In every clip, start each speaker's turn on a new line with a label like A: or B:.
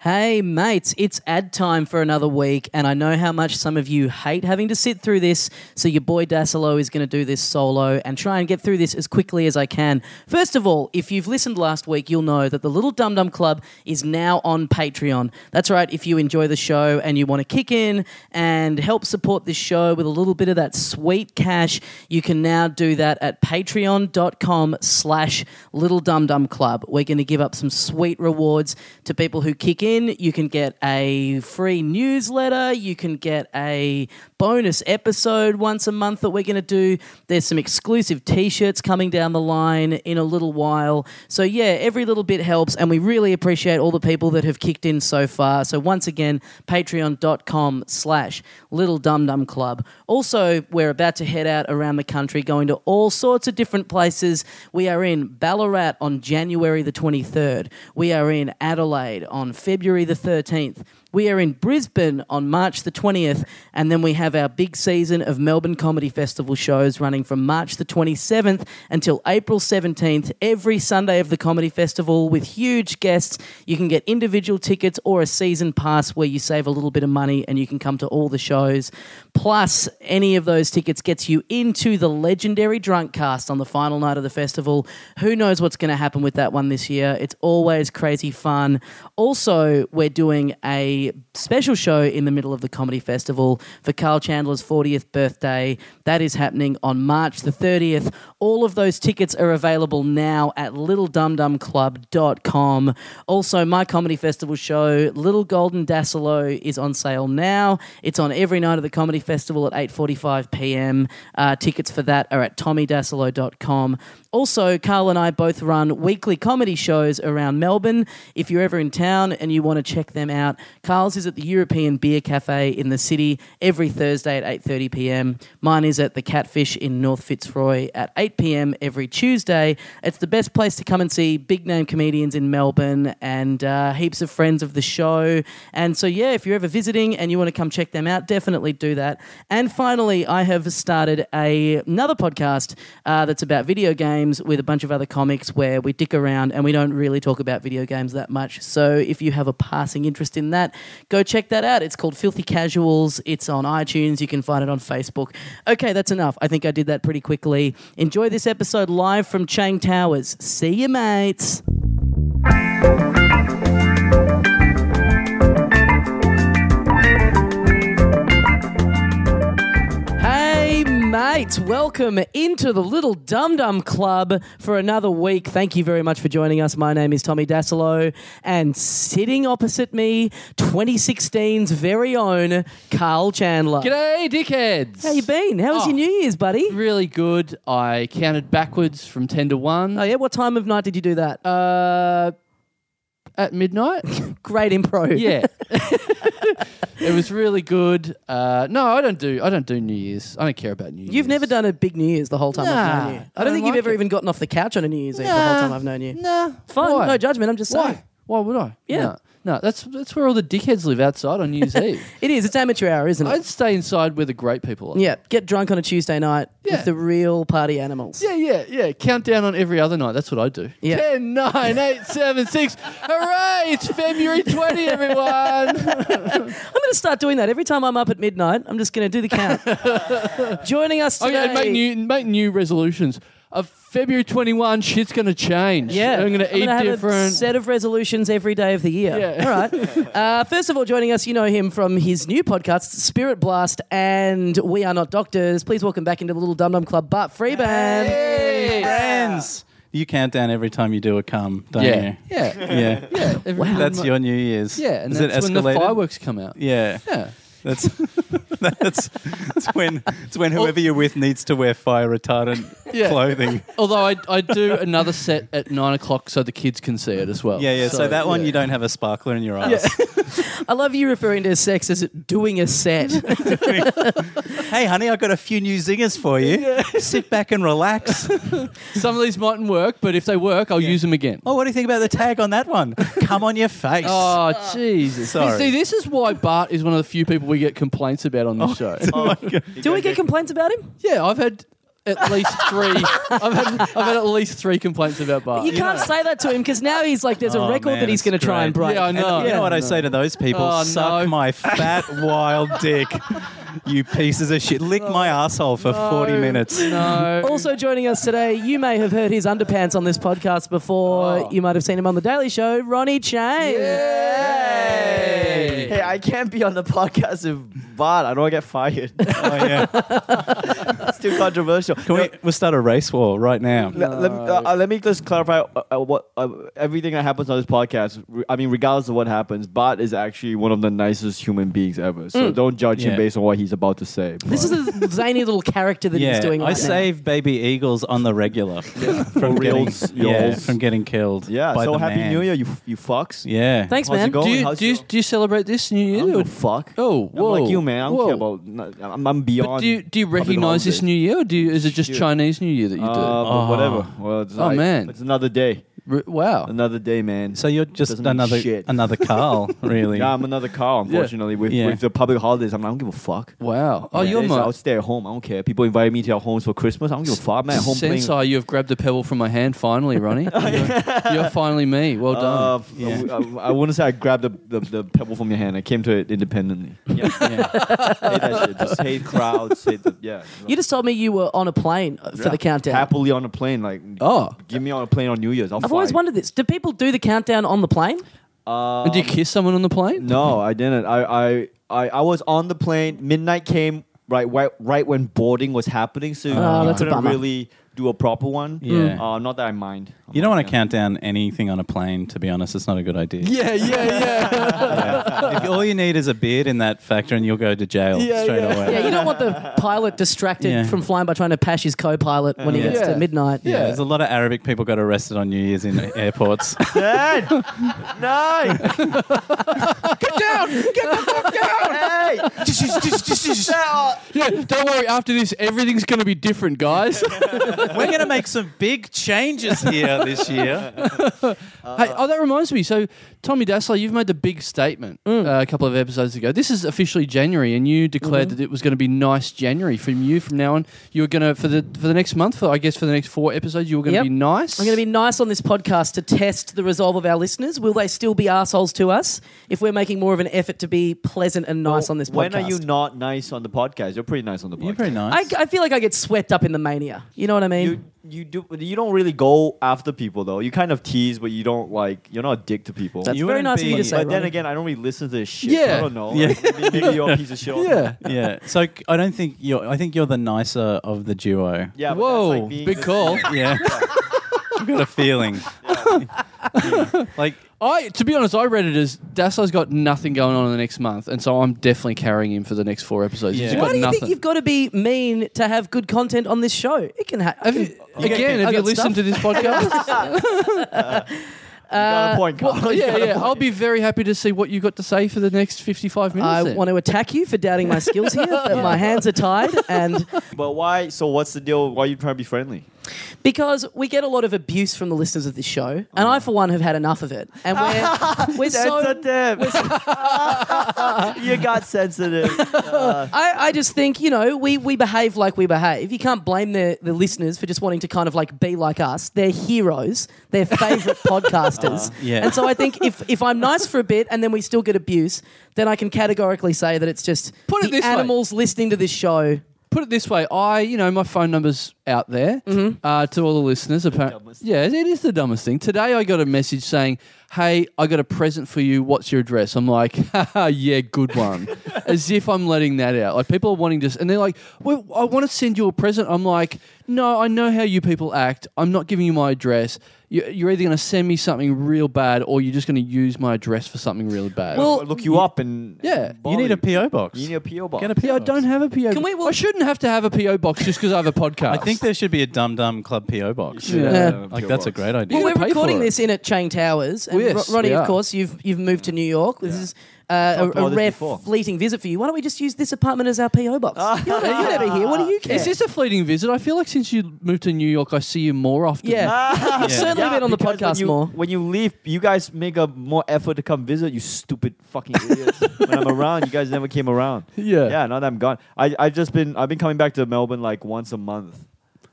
A: Hey, mates, it's ad time for another week, and I know how much some of you hate having to sit through this, so your boy Dasilo is going to do this solo and try and get through this as quickly as I can. First of all, if you've listened last week, you'll know that the Little Dum Dum Club is now on Patreon. That's right, if you enjoy the show and you want to kick in and help support this show with a little bit of that sweet cash, you can now do that at patreon.com slash Little Dum Dum Club. We're going to give up some sweet rewards to people who kick in. You can get a free newsletter. You can get a bonus episode once a month that we're going to do. There's some exclusive t shirts coming down the line in a little while. So, yeah, every little bit helps. And we really appreciate all the people that have kicked in so far. So, once again, patreon.com slash little dum dum club. Also, we're about to head out around the country going to all sorts of different places. We are in Ballarat on January the 23rd. We are in Adelaide on February the 13th. We are in Brisbane on March the 20th, and then we have our big season of Melbourne Comedy Festival shows running from March the 27th until April 17th, every Sunday of the Comedy Festival with huge guests. You can get individual tickets or a season pass where you save a little bit of money and you can come to all the shows. Plus, any of those tickets gets you into the legendary drunk cast on the final night of the festival. Who knows what's going to happen with that one this year? It's always crazy fun. Also, we're doing a special show in the middle of the comedy festival for Carl Chandler's 40th birthday. That is happening on March the 30th. All of those tickets are available now at littledumdumclub.com. Also, my comedy festival show, Little Golden Dassilo, is on sale now. It's on every night of the comedy festival at 8:45 p.m. Uh, tickets for that are at tommydassilo.com. Also, Carl and I both run weekly comedy shows around Melbourne. If you're ever in town and you want to check them out, Carl's is at the European Beer Cafe in the city every Thursday at 8:30 p.m. Mine is at the Catfish in North Fitzroy at 8 p.m. every Tuesday. It's the best place to come and see big name comedians in Melbourne and uh, heaps of friends of the show. And so, yeah, if you're ever visiting and you want to come check them out, definitely do that. And finally, I have started a, another podcast uh, that's about video games with a bunch of other comics where we dick around and we don't really talk about video games that much. So if you have a passing interest in that, go check that out. It's called Filthy Casuals. It's on iTunes. You can find it on Facebook. Okay, that's enough. I think I did that pretty quickly. Enjoy this episode live from Chang Towers. See you, mates. Hey, mates, welcome into the Little Dum Dum Club for another week. Thank you very much for joining us. My name is Tommy Dasilo, and sitting opposite me, 2016's very own Carl Chandler.
B: G'day, dickheads.
A: How you been? How was
B: Oh.
A: your New Year's, buddy?
B: Really good. I counted backwards from ten to one.
A: Oh, yeah, what time of night did you do that?
B: Uh, at midnight.
A: Great improv.
B: yeah, it was really good. Uh, no, I don't do. I don't do New Year's. I don't care about New Year's.
A: You've never done a big New Year's the whole time I've
B: Nah,
A: known you. I don't,
B: I don't
A: think
B: like
A: you've ever
B: it.
A: even gotten off the couch on a New Year's Eve the whole
B: Nah.
A: time I've known you.
B: Nah.
A: Fun,
B: Why?
A: no judgment. I'm just saying.
B: Why? Why would I?
A: Yeah.
B: No. No, that's that's where all the dickheads live outside on New Year's Eve.
A: It is. It's amateur hour, isn't it?
B: I'd stay inside where the great people are.
A: yeah, get drunk on a Tuesday night
B: Yeah.
A: with the real party animals.
B: Yeah, yeah, yeah. Countdown on every other night. That's what I do.
A: Yeah.
B: Ten, nine, eight, seven, six. Hooray! It's February 20, everyone.
A: I'm going to start doing that every time I'm up at midnight. I'm just going to do the count. Joining us
B: Oh,
A: today.
B: yeah, and make new make new resolutions. Of February twenty one, shit's gonna change.
A: Yeah,
B: I'm gonna eat
A: have a
B: different.
A: set of resolutions every day of the year.
B: Yeah.
A: All right. Uh, first of all, joining us, you know him from his new podcast, Spirit Blast, and We Are Not Doctors. Please welcome back into the Little Dum Dum Club, Bart Freeman.
B: Hey!
C: friends. You count down every time you do a cum, don't
B: yeah,
C: you?
B: yeah,
C: Yeah.
B: yeah. Every-
C: That's your New Year's.
B: yeah, and
C: Is
B: that's
C: it
B: when the
C: escalated?
B: fireworks come out.
C: Yeah.
B: Yeah.
C: That's that's it's when it's when whoever you're with needs to wear fire retardant
B: Yeah.
C: clothing.
B: Although I, I do another set at nine o'clock so the kids can see it as well.
C: Yeah, yeah. So, that one
B: yeah.
C: you don't have a sparkler in your eyes.
A: I love you referring to sex as doing a set.
C: hey honey, I got a few new zingers for you. Sit back and relax.
B: Some of these mightn't work, but if they work, I'll use them again.
C: Oh, what do you think about the tag on that one? Come on your face.
B: Oh, Jesus.
C: Sorry.
B: See, this is why Bart is one of the few people we get complaints about on this show.
C: Oh my God.
A: Do we get complaints about him?
B: Yeah, I've had at least three. I've, had, I've had at least three complaints about Bart.
A: You can't say that to him because now he's like, there's a
C: Oh,
A: record
C: man,
A: that he's
C: it's
A: going to try
C: great.
A: and break.
B: Yeah, I
A: And-
B: know.
C: You know what I
B: No,
C: say to those people?
B: Oh,
C: Suck
B: no.
C: my fat wild dick, you pieces of shit. Lick my asshole for forty
B: Oh, No.
C: minutes.
B: No.
A: Also joining us today, you may have heard his underpants on this podcast before.
B: Oh.
A: You might have seen him on The Daily Show, Ronnie Chang.
B: Yay!
D: Hey, I can't be on the podcast if Bart. I don't get fired.
C: Oh yeah.
D: It's too controversial.
C: Can we? We'll start a race war right now.
D: No, let, me- uh, uh, let me just clarify uh, uh, what uh, everything that happens on this podcast. re- I mean, regardless of what happens, Bart is actually one of the nicest human beings ever. So don't judge
C: Yeah.
D: him based on what he's about to say.
A: This is a zany little character that he's
C: Yeah,
A: doing right
C: I
A: now.
C: save baby eagles on the regular from
D: For
C: getting
D: reals,
C: yeah,
D: y'alls.
C: from getting killed.
D: yeah.
C: by
D: So
C: the
D: happy
C: man.
D: New Year, you f- you fucks.
C: Yeah,
A: Thanks,
D: How's it
A: man.
D: going?
B: do you,
D: How's
B: do, you,
D: your-
B: do you celebrate this New
D: I
B: Year?
D: don't give
B: or-
D: a fuck.
B: Oh,
D: I'm
B: whoa,
D: like you, man. I don't
B: whoa.
D: care about. no- I'm, I'm beyond.
B: But do you do you
D: public
B: recognize this
D: holidays.
B: New Year, or do you, is it just
D: Shit.
B: Chinese New Year that you
D: Uh, but
C: Oh.
D: Whatever. Well, it's
B: Oh,
D: like-
B: man.
D: it's another day.
B: do? R- wow.
D: Another day, man.
C: So you're just
D: Doesn't mean
C: another
D: shit.
C: another Carl, really.
D: yeah, I'm another car. Unfortunately, with
C: Yeah.
D: with the public holidays, I'm, like, I don't give a fuck.
B: Wow. Oh,
D: Yeah,
B: you're
D: it's-
B: my
D: I'll stay at home. I don't care. People invite me to their homes for Christmas. I don't give a fuck. I'm at home playing.
B: sensei. You have grabbed a pebble from my hand finally, Ronnie. you're, you're finally me. Well
D: Uh,
B: done.
D: f- I, I wouldn't say I grabbed the, the, the pebble from your hand. I came to it independently. Yeah. hate that shit. Just hate crowds. Hate the, yeah.
A: You just told me you were on a plane uh, for the countdown.
D: Happily on a plane. Like,
B: oh,
D: give me on a plane on New Year's. I'll
A: I've always
D: fly.
A: wondered this. Do people do the countdown on the plane?
B: and do you kiss someone on the plane?
D: No, I didn't. I, I, I, I was on the plane. Midnight came right, right, right when boarding was happening. So
A: Oh,
D: you
A: that's a
D: couldn't
A: bummer.
D: really do a proper one.
C: Yeah.
D: Uh, not that I mind. I'm
C: You don't want
D: like,
C: to
D: yeah.
C: count down anything on a plane, to be honest. It's not a good idea.
B: Yeah, yeah, yeah.
C: If all you need is a beard in that factor, and you'll go to jail
B: Yeah,
C: straight
B: yeah.
C: away.
A: Yeah, you don't want the pilot distracted
C: Yeah.
A: from flying by trying to pash his co-pilot when he
C: Yeah.
A: gets to
B: Yeah.
A: midnight.
C: Yeah, there's a lot of Arabic people got arrested on New Year's in airports.
D: Dad! no! Get down! Get the fuck down! Hey!
B: yeah. Don't worry. After this, everything's gonna be different, guys.
C: We're going to make some big changes here this year.
B: Hey, oh, that reminds me. So, Tommy Dassler, you've made the big statement
A: Mm.
B: uh, a couple of episodes ago. This is officially January, and you
A: Mm-hmm.
B: declared that it was going to be nice January from you from now on. You were going to for the for the next month, for I guess for the next four episodes, you were going to
A: Yep.
B: be nice.
A: I'm going to be nice on this podcast to test the resolve of our listeners. Will they still be assholes to us if we're making more of an effort to be pleasant and nice on this podcast?
D: When are you not nice on the podcast? You're pretty nice on the podcast.
C: You're pretty
A: I,
C: nice.
A: I feel like I get swept up in the mania. You know what I mean?
D: You you do you don't really go after people though. You kind of tease, but you don't like you're not a dick to people.
A: That's
C: You
A: very
C: wouldn't
A: nice of you
C: be-
A: to
D: but
A: say.
D: then
A: Ronnie.
D: again, I don't really listen to this shit.
B: Yeah.
D: I don't know.
C: Yeah.
D: Like, maybe, maybe you're a piece of shit.
B: yeah.
C: yeah. So I don't think you're. I think you're the nicer of the duo.
D: Yeah. but
B: Whoa,
D: That's like being
B: big
D: the-
B: call.
C: Yeah. I've got a feeling. like,
B: I, to be honest, I read it as Dassler's got nothing going on in the next month, and so I'm definitely carrying him for the next four episodes.
C: Yeah.
B: He's
A: Why
B: got
A: do you
B: nothing.
A: think you've got to be mean to have good content on this show? It can ha-
B: Have
A: it
B: you-
A: can-
B: again,
A: I
B: have you
A: got stuff.
B: listened to this podcast?
D: You got a point, Carl.
B: Uh,
A: Oh,
B: well,
D: You
B: yeah,
D: got a
B: yeah.
D: point.
B: I'll be very happy to see what you got to say for the next 55 minutes.
A: I
B: then.
A: want to attack you for doubting my skills here, but my hands are tied and
D: But why? So what's the deal? Why are you trying to be friendly?
A: Because we get a lot of abuse from the listeners of this show, and I, for one, have had enough of it. And we're, we're so.
D: tip. you got sensitive.
A: I, I just think, you know, we, we behave like we behave. You can't blame the, the listeners for just wanting to kind of like be like us. They're heroes, they're favorite podcasters.
C: Uh, yeah.
A: And so I think if, if I'm nice for a bit and then we still get abuse, then I can categorically say that it's just
B: Put it
A: the
B: this way.
A: animals listening to this show.
B: put it this way i you know my phone number's out there
A: Mm-hmm.
B: uh, to all the listeners apparently
D: dumbest.
B: yeah it is the dumbest thing today i got a message saying hey i got a present for you what's your address i'm like Haha, yeah good one as if i'm letting that out like people are wanting this and they're like well, i want to send you a present i'm like no i know how you people act i'm not giving you my address You- you're either going to send me something real bad or you're just going to use my address for something really bad
A: Well,
D: look you up and
B: Yeah,
D: and
C: you need a PO
D: bother
C: box.
D: You need a PO box.
C: Get a
B: yeah, I don't have a PO.
A: Can we- well-
B: I shouldn't have to have a PO box just because I have a podcast.
C: I think there should be a Dum Dum Club PO box.
D: Yeah,
A: Yeah.
C: Like,
D: PO
C: that's a
D: box.
C: great idea.
A: Well,
B: You're
A: we're
B: gonna pay
A: recording
B: for it.
A: this in at Chang Towers, and
B: Well, yes,
A: Ro- Ronnie,
B: we
A: of
B: are.
A: course, you've you've moved to New York. This is uh,
D: Talked
A: a,
D: about
A: a
D: this
A: rare,
D: before.
A: fleeting visit for you. Why don't we just use this apartment as our PO box? you're, never, you're never here. What do you care?
B: Is this a fleeting visit? I feel like since you moved to New York, I see you more often.
A: yeah, you've certainly
D: Yeah,
A: been on the
D: because when
A: podcast
D: you-
A: more.
D: When you leave, you guys make a more effort to come visit. You stupid fucking idiots. when I'm around, you guys never came around.
B: Yeah.
D: Yeah. Now that I'm gone, I I just been I've been coming back to Melbourne like once a month.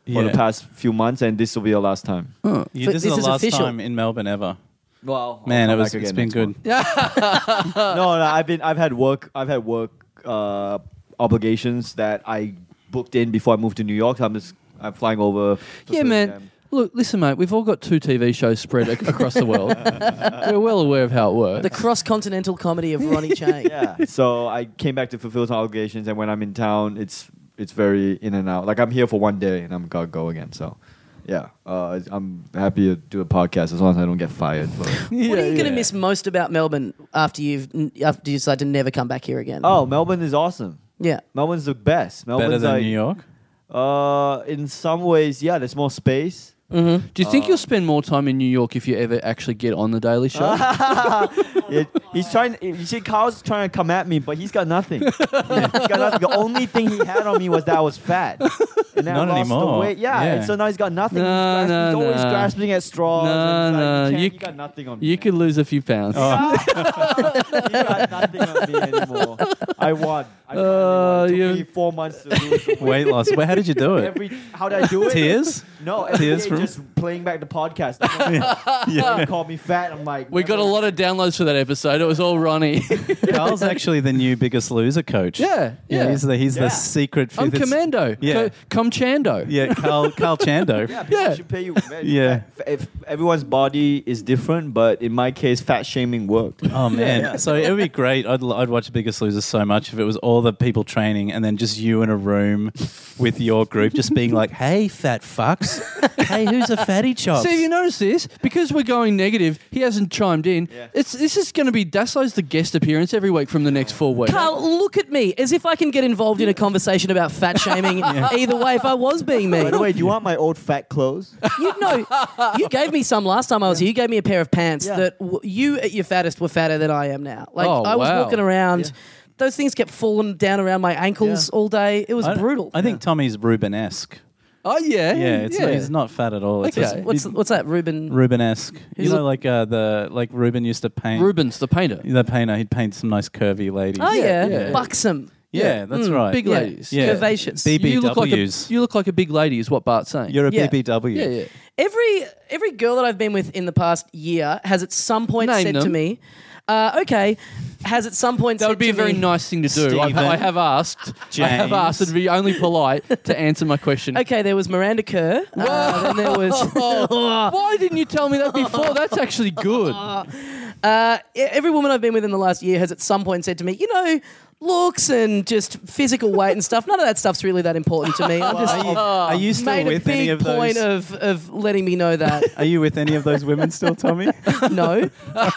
D: for the
C: Yeah.
D: past few months, and this will be the last time.
C: Yeah,
A: But
C: this,
A: this
C: is the
A: is
C: last
A: official.
C: time in Melbourne ever.
D: Wow,
C: Man, it was, it's been good.
D: no, no, I've been I've had work I've had work uh, obligations that I booked in before I moved to New York. So I'm just I'm flying over. to
B: yeah,
D: see
B: man.
D: them.
B: Look, listen, mate. We've all got two TV shows spread ac- across the world. We're well aware of how it works.
A: The cross continental comedy of Ronnie Chang.
D: Yeah. so I came back to fulfill some obligations, and when I'm in town, it's it's very in and out. Like I'm here for one day, and I'm gonna go again. So. Yeah, uh, I'm happy to do a podcast as long as I don't get fired. But.
A: What are you going to miss most about Melbourne after you've after you decide to never come back here again?
D: Oh, Melbourne is awesome.
A: yeah.
D: Melbourne's the best.
C: Better
D: Melbourne's
C: than
D: like,
C: New York.
D: Uh, in some ways, yeah. There's more space.
B: Do you think you'll spend more time in New York if you ever actually get on the Daily Show?
A: Ah.
D: It- he's trying. You see, Kyle's trying to come at me, but he's got nothing. he's got nothing. The only thing he had on me was that I was fat. And then
C: Not
D: I lost
C: anymore.
D: The weight. Yeah,
C: Yeah.
D: and so now he's got nothing.
B: No,
D: he's, grasping-
B: no,
D: he's always
B: no.
D: grasping at straws. and
B: No,
D: it's like,
B: no,
D: you, can't-
B: you
D: you got nothing on me.
B: you could lose a few pounds.
D: you got nothing on me anymore. I won. I finally
B: Uh,
D: won. It took
B: you-
D: me four months to lose. the weight.
C: Weight loss. Well, how did you do it?
D: Every how did I do it?
C: Tears?
D: No, every
C: Tears
D: day
C: from-
D: just playing back the podcast. They called me fat. I'm like,
B: We got a lot of downloads for that episode. It was all Ronnie.
C: Carl's actually the new Biggest Loser coach.
B: yeah, yeah.
C: He's the he's
D: Yeah.
C: the secret. fifth-
B: I'm
C: it's-
B: Commando.
C: Yeah.
B: Yeah. Com Chando.
C: Yeah, Carl Carl Chando.
D: Yeah, people
B: Yeah.
D: should pay you. Man,
C: Yeah.
D: fat- if everyone's body is different, but in my case, fat shaming worked.
C: Oh man, so it would be great. I'd, I'd watch Biggest Loser so much if it was all the people training and then just you in a room with your group, just being like, "Hey, fat fucks, hey, who's a fatty chop?"
B: See, you notice this because we're going negative. He hasn't chimed in.
D: Yeah.
B: It's this is going to be Daslo's the guest appearance every week from the next four weeks.
A: Carl, look at me as if I can get involved in a conversation about fat shaming. Either way, if I was being me,
D: By the way, do you want my old fat clothes?
A: you know, you gave me some last time I was here. You gave me a pair of pants
D: Yeah.
A: that w- you at your fattest were fatter than I am now. Like
B: Oh,
A: I was
B: wow.
A: walking around, those things kept falling down around my ankles all day. It was
C: I,
A: brutal.
C: I think Tommy's Rubenesque.
B: Oh yeah,
C: Yeah, it's he's not fat at all. It's
B: Okay.
C: just
A: what's what's that, Ruben?
C: Rubenesque. You
A: Who's
C: know,
A: a-
C: like uh, the like Ruben used to paint.
B: Rubens the painter.
C: the painter. He'd paint some nice curvy ladies.
A: oh yeah,
B: Yeah,
C: yeah.
A: buxom.
C: yeah,
B: yeah. Mm,
C: that's right.
B: Big
A: Yeah.
B: ladies.
C: Yeah.
A: Curvaceous.
C: Big-
B: You look like a
C: BBWs.
B: you look like a big lady is what Bart's saying.
C: You're a
A: Yeah.
C: BBW.
B: yeah, yeah.
A: Every every girl that I've been with in the past year has at some point
B: Name
A: said to
B: them.
A: me, uh, "Okay," has at some point
B: That
A: said
B: would be
A: to
B: a very
A: me,
B: nice thing to do. I've,
C: Stephen.
B: I have asked. I have
C: James.
B: asked. It'd be only polite to answer my question.
A: Okay, there was Miranda Kerr. Uh, then there was.
B: Why didn't you tell me that before? That's actually good.
A: Uh, e- every woman I've been with in the last year has at some point said to me, you know, looks and just physical weight and stuff. None of that stuff's really that important to me. I'm just
C: Are you,
B: ah,
C: are you still
A: made a
C: with any
A: big
C: of
A: point
C: those?
A: of, of letting me know that.
C: are you with any of those women still, Tommy?
A: no,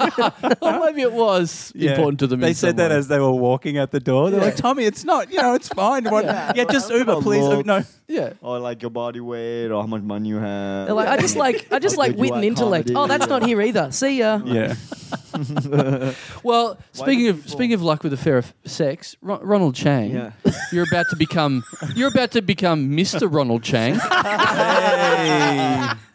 B: Or maybe it was
C: Yeah.
B: important to them.
C: They
B: in
C: said
B: some
C: that
B: way.
C: as they were walking out the door. They're like, Tommy, it's not. You know, it's fine. What- Yeah, just
D: Well,
C: Uber, please.
D: looks.
C: No.
B: yeah.
D: or like your body weight, or how much money you have?
A: They're like I just like I just
D: How
A: like
D: good
A: wit
D: you
A: and
D: are at
A: intellect.
D: comedy.
A: Oh, that's not here either. See ya.
C: Yeah.
B: Well, speaking
D: do
B: of
D: people-
B: speaking of luck with affair of sex, Ro- Ronald Chang,
D: Yeah. Oh,
B: you're about to become you're about to become Mr. Ronald Chang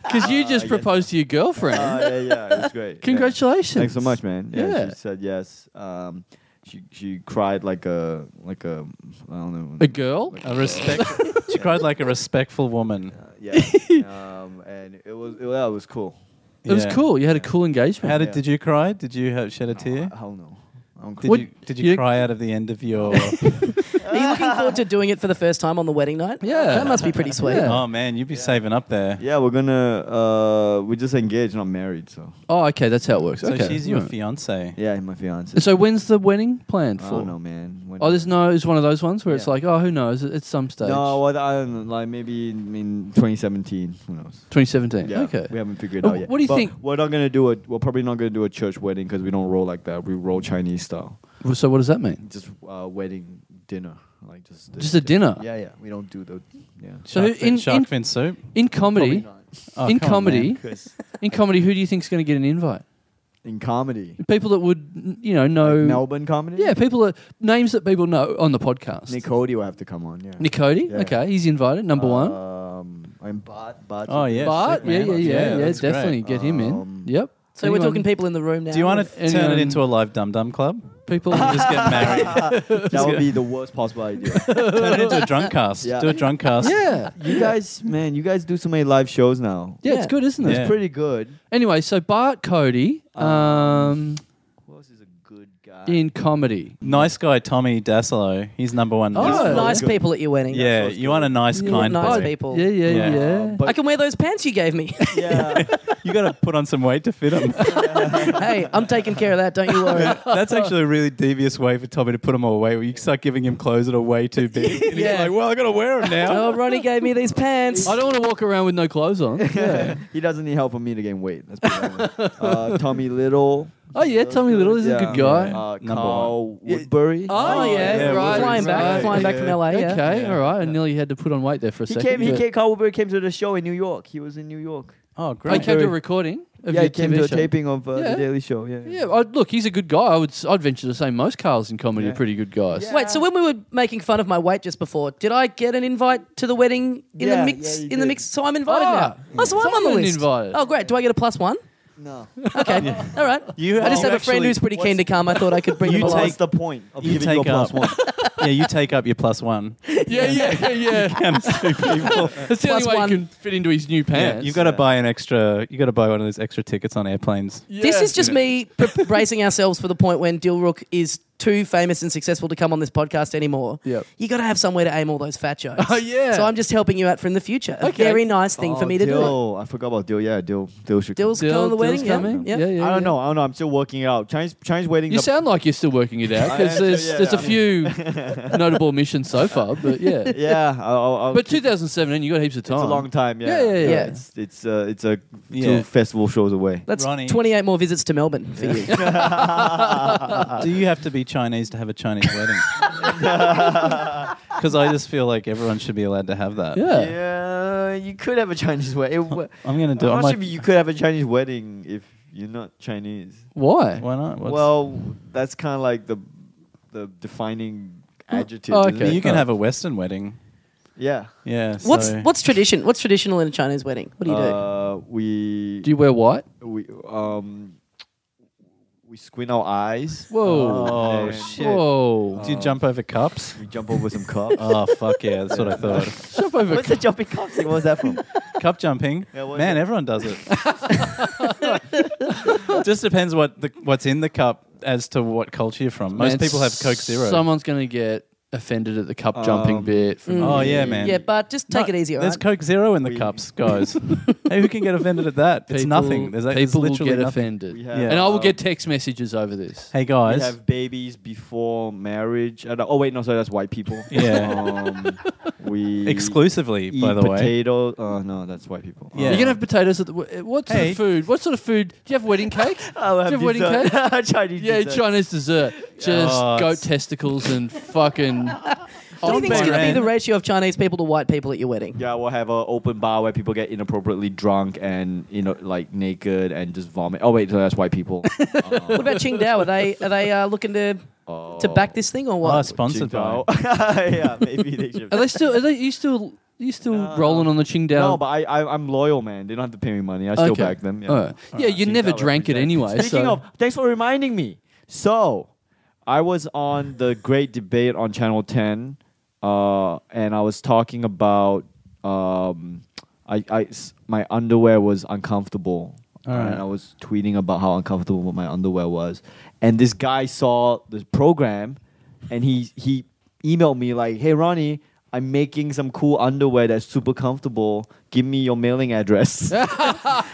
B: because you just
C: Oh,
D: yes.
B: proposed to your girlfriend.
D: Uh, yeah, yeah, it was great. Yeah.
B: Congratulations!
D: Thanks so much, man. Yeah,
B: Yeah.
D: she said yes. Um, she she cried like a like a I don't know. Uh,
B: A girl?
D: Like
C: A respect. she cried like a respectful woman.
D: yeah. um, and it was it, yeah, it was cool.
B: It was
C: Yeah.
B: cool. You had a cool engagement.
C: How did,
D: Yeah.
C: did you cry? Did you have, shed a tear?
D: Hell no. I don't
C: Did
B: Uh, What-
C: you did you,
B: you-
C: cry out of the end of your?
A: Are you looking forward to doing it for the first time on the wedding night?
B: Yeah.
A: that must be pretty sweet.
B: Yeah.
C: oh man, you'd be saving up there.
D: Yeah, we're gonna uh we're just engaged, not married, so
B: oh, okay, that's how it works.
C: So
B: okay.
C: she's your
B: Right.
C: fiance.
D: yeah, my fiance.
B: So when's the wedding planned
D: I
B: for?
D: don't know, man. When-
B: Oh, there's no. It's one of those ones where it's
D: Yeah.
B: like, oh, who knows? It- It's some stage.
D: no, well, I don't know, like maybe in in 2017, who knows?
B: 2017.
D: Yeah,
B: okay.
D: we haven't figured it
B: Uh,
D: out yet.
B: what do you
D: But
B: think-
D: We're not gonna do a we're probably not gonna do a church wedding because we don't roll like that. We roll Chinese style,
B: So what does that mean?
D: just uh, wedding dinner, like just the-
B: Just a dinner?
D: Yeah, yeah. We don't do the yeah.
B: So
C: Shark, fin,
B: in-
C: shark
B: in-
C: fin soup.
B: In
D: Probably
B: comedy,
D: not.
B: in
C: Oh, come on, man.
B: comedy, in comedy, who do you think's going to get an invite?
D: in comedy,
B: People that would, you know, know.
D: like Melbourne comedy.
B: Yeah, people that names that people know on the podcast.
D: Nick Cody will have to come on. Yeah,
B: Nicody.
D: Yeah. Uh,
B: Okay, he's invited. Number one.
D: Um, I'm Bart. Bart.
C: Oh yeah.
B: Bart.
C: sick,
B: yeah,
C: man.
B: yeah, yeah, yeah.
C: that's great.
B: definitely get him in.
D: Um,
B: Yep.
A: So we're
B: Anyone-
A: talking people in the room now.
C: Do you want to turn
B: Anyone-
C: it into a live dum dum club?
B: People,
C: Just get married.
D: That would be the worst possible idea.
C: turn it into a drunk cast.
D: Yeah.
C: Do a drunk cast.
B: yeah.
D: you guys, man, you guys do so many live shows now.
B: Yeah, it's
A: Yeah.
B: good, isn't it?
D: It's
C: Yeah.
D: pretty good.
B: Anyway, so Bart Cody um,
D: Um, uh, Who else is a good guy?
B: in comedy.
C: Nice guy Tommy Dasilo. He's number one.
A: You want
B: Oh,
A: nice
D: good.
A: people at your wedding.
C: Yeah, you want a nice,
A: You want
C: kind
A: nice
C: boy.
A: people.
B: Yeah, yeah, yeah.
C: Yeah.
D: Uh, but-
A: I can wear those pants you gave me.
D: yeah.
C: You got to put on some weight to fit him.
A: hey, I'm taking care of that. Don't you worry.
C: That's actually a really devious way for Tommy to put him away. You start giving him clothes that are way too big. And he's
A: Yeah.
C: like, well, I got to wear them now.
A: oh, Ronnie gave me these pants.
B: I don't want to walk around with no clothes on. Yeah.
D: he doesn't need help from me to gain weight. Let's be honest. uh, Tommy Little.
B: Oh, yeah,
D: Those
B: Tommy
D: good-
B: Little is a good guy.
D: Uh,
C: Number
D: Carl Woodbury.
B: Oh, yeah,
C: yeah,
B: right.
A: flying back,
B: right.
A: flying back from LA. Yeah.
B: Okay,
C: Yeah.
B: all right. I nearly had to put on weight there for a
D: He
B: second.
D: came, he
B: but-
D: came, Carl Woodbury came to the show in New York. He was in New York.
C: Oh,
B: I
C: great.
B: came to a recording. Of
D: yeah,
B: your
D: he came to
B: TV
D: a
B: show.
D: taping of uh,
B: Yeah.
D: The Daily Show. Yeah.
B: Yeah, I, look, he's a good guy. I would, s- I'd venture to say most Carls in comedy
D: Yeah.
B: are pretty good guys.
D: Yeah.
A: Wait, so when we were making fun of my weight just before, did I get an invite to the wedding in
D: Yeah,
A: the mix?
D: yeah, you
A: in the
D: did.
A: mix, so I'm invited
B: Ah,
A: now. Oh, so I'm on the
B: Someone
A: list.
B: invited.
A: Oh, great. Do I get a plus one?
D: No.
A: Okay, all right.
C: You-
A: I just
C: you
A: have a friend
C: actually-
A: who's pretty keen to come. I thought I could bring
C: You
A: him along.
D: What's the point of
C: You
D: giving you a
C: take
D: plus
C: up.
D: one?
C: yeah, you take up your plus one.
B: yeah, yeah, yeah. yeah. That's the
A: Plus
B: only way
A: one.
B: he can fit into his new
C: Yeah,
B: pants.
C: you've got to
D: Yeah.
C: buy an extra. You got to buy one of those extra tickets on airplanes.
A: This
B: Yeah.
A: is just me pre- bracing ourselves for the point when Dilrook is too famous and successful to come on this podcast anymore.
B: Yep.
A: You got to have somewhere to aim all those fat jokes.
B: Oh, yeah.
A: So I'm just helping you out for in the future. A
B: Okay.
A: very nice thing for me to do.
D: Oh, Dill. I forgot about Dill. Yeah, Dill. Dill should. come.
A: Dill's
B: Dil-
A: going to the
B: Dil's
A: wedding. Yeah.
B: coming?
A: yeah.
B: Yeah, yeah.
D: I don't know. I don't know. I'm still working it out. Chinese Chinese wedding.
B: You
D: the-
B: sound like you're still working it out
D: I
B: because
D: am,
B: there's,
D: yeah,
B: there's a
D: I mean-
B: few notable missions so far, but yeah.
D: yeah. I'll, I'll- I'll
B: But
D: keep-
B: 2017, you got heaps of time.
D: It's a long time. Yeah.
B: Yeah, yeah, yeah.
D: It's it's uh, it's a
C: Yeah.
D: two festival shows away.
A: That's
C: Ronnie.
A: 28 more visits to Melbourne for you.
C: Uh, Do you have to be Chinese to have a Chinese wedding? Because I just feel like everyone should be allowed to have that.
B: Yeah.
D: Yeah, you could have a Chinese wedding. It,
C: I'm gonna do. it. I'm
D: I'm not
C: like,
D: sure you could have a Chinese wedding if you're not Chinese.
B: Why?
C: why not? What's-
D: well, that's kind of like the the defining adjective.
B: Oh,
D: isn't
B: okay.
D: it?
C: you can
B: Oh.
C: have a Western wedding.
D: Yeah.
C: Yeah.
A: What's
C: so-
A: what's tradition? What's traditional in a Chinese wedding? What do you do?
D: Uh, we
B: Do you wear white?
D: we um we squint our eyes. Uh,
B: Whoa.
C: Oh,
D: and
C: shit.
B: Whoa.
C: Do you jump over cups?
D: We jump over some cups.
C: Oh fuck yeah! That's what I thought.
B: Jump over.
D: What's the jumping cups? thing? What was that from?
C: Cup jumping.
D: Yeah, what is
C: Man,
D: it?
C: everyone does it. Just depends what the, what's in the cup as to what culture you're from. Most
B: Man,
C: people have Coke Zero.
B: Someone's going to get offended at the cup jumping
D: Um,
B: bit. From
A: Mm.
C: Oh yeah, man.
A: Yeah, but just take
C: No,
A: it easy, all
C: There's
A: right?
C: Coke Zero in the
D: We-
C: cups, guys. hey, who can get offended at that? It's
B: People-
C: nothing. There's, like, there's
B: people will
C: literally
B: get
C: nothing.
B: offended.
D: We have,
C: Yeah.
B: And I will get
D: um,
B: text messages over this.
C: Hey
D: We
C: guys,
D: have babies before marriage. I don't- oh wait, no, sorry, that's white people.
C: Yeah.
D: Um, we
C: exclusively
D: eat
C: by the way.
D: potato. Oh no, that's white people.
C: Yeah.
B: You're going to have potatoes at the. w- What's
C: Hey.
B: the food? What sort of food? Do you have wedding cake?
D: I'll
B: Do you have wedding
D: dessert.
B: cake?
D: Chinese
B: Yeah,
D: dessert.
B: Chinese dessert. Just
C: Oh,
B: goat
C: it's-
B: testicles and fucking.
A: What do you
B: Old
A: think's
C: man.
A: going to be
C: Ren.
A: the ratio of Chinese people to white people at your wedding?
D: Yeah, we'll have an open bar where people get inappropriately drunk and you know, like naked and just vomit. Oh wait, so that's white people.
A: What about Qingdao? Are they are they uh, looking to to back this thing or
C: Oh,
A: what?
C: sponsored by.
D: yeah, maybe they should.
B: Are they still? Are they? you still? you still
D: No.
B: rolling on the Qingdao?
D: Uh,
C: um,
D: No, but I, I I'm loyal, man. They don't have to pay me money. I still
B: Okay.
D: back them. Yeah,
B: All right. Yeah, you
D: Qingdao
B: never drank it
D: represent.
B: anyway.
D: Speaking
B: so.
D: of, thanks for reminding me. So, I was on the great debate on Channel 10, uh, and I was talking about um, I, I s- my underwear was uncomfortable.
C: Alright.
D: And I was tweeting about how uncomfortable my underwear was, and this guy saw the program, and he he emailed me like, "Hey Ronnie, I'm making some cool underwear that's super comfortable. Give me your mailing address."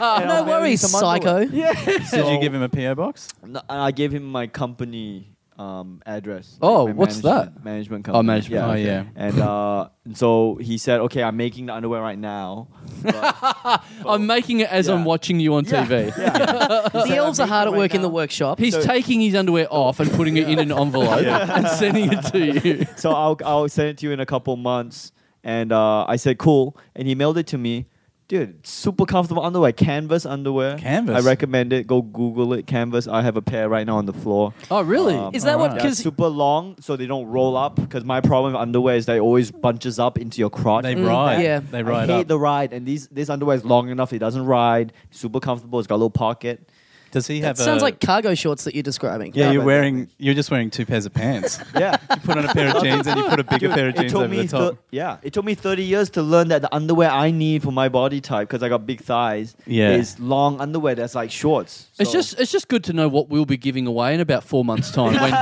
D: And
A: no
D: I'll mail you
A: worries,
D: some underwear.
A: psycho.
C: Did you give him a PO box?
D: No, and I gave him my company um, address.
B: Oh,
D: my
B: what's
D: management-
B: that?
D: Management company.
B: management,
C: oh, yeah.
D: And uh, and so he said, "Okay, I'm making the underwear right now." But-
B: I'm making it as I'm
D: Yeah.
B: watching you on TV.
D: Yeah.
A: The elves are hard at work in the
D: work.
A: workshop.
B: He's
D: So-
B: taking his underwear off and putting it in an envelope and sending it to you.
D: So I'll I'll send it to you in a couple months. And uh, I said, "Cool." And he mailed it to me. Dude, super comfortable underwear, canvas underwear.
C: Canvas?
D: I recommend it. Go Google it. Canvas. I have a pair right now on the floor.
B: Oh, really?
D: Um,
A: Is that what?
C: Alright.
D: They're
A: Because
D: super long, so they don't roll up. Because my problem with underwear is they always bunches up into your crotch.
C: They
D: and
C: ride.
A: yeah.
C: They
D: mm, I
C: ride
D: hate
C: up.
D: the ride, and these this underwear is long enough. It doesn't ride. Super comfortable. It's got a little pocket.
C: Does he
A: That
C: have?
A: sounds
C: a,
A: like cargo shorts that you're describing.
C: Yeah, you're
D: but-
C: wearing. You're just wearing two pairs of pants.
D: Yeah.
C: You put on a pair of jeans and you put a bigger
D: Dude,
C: pair of
D: it
C: jeans
D: took
C: over
D: me
C: the top.
D: thir- yeah, it took me 30 years to learn that the underwear I need for my body type, because I got big thighs,
C: Yeah.
D: is long underwear that's like shorts.
B: It's
D: So-
B: just it's just good to know what we'll be giving away in about four months' time when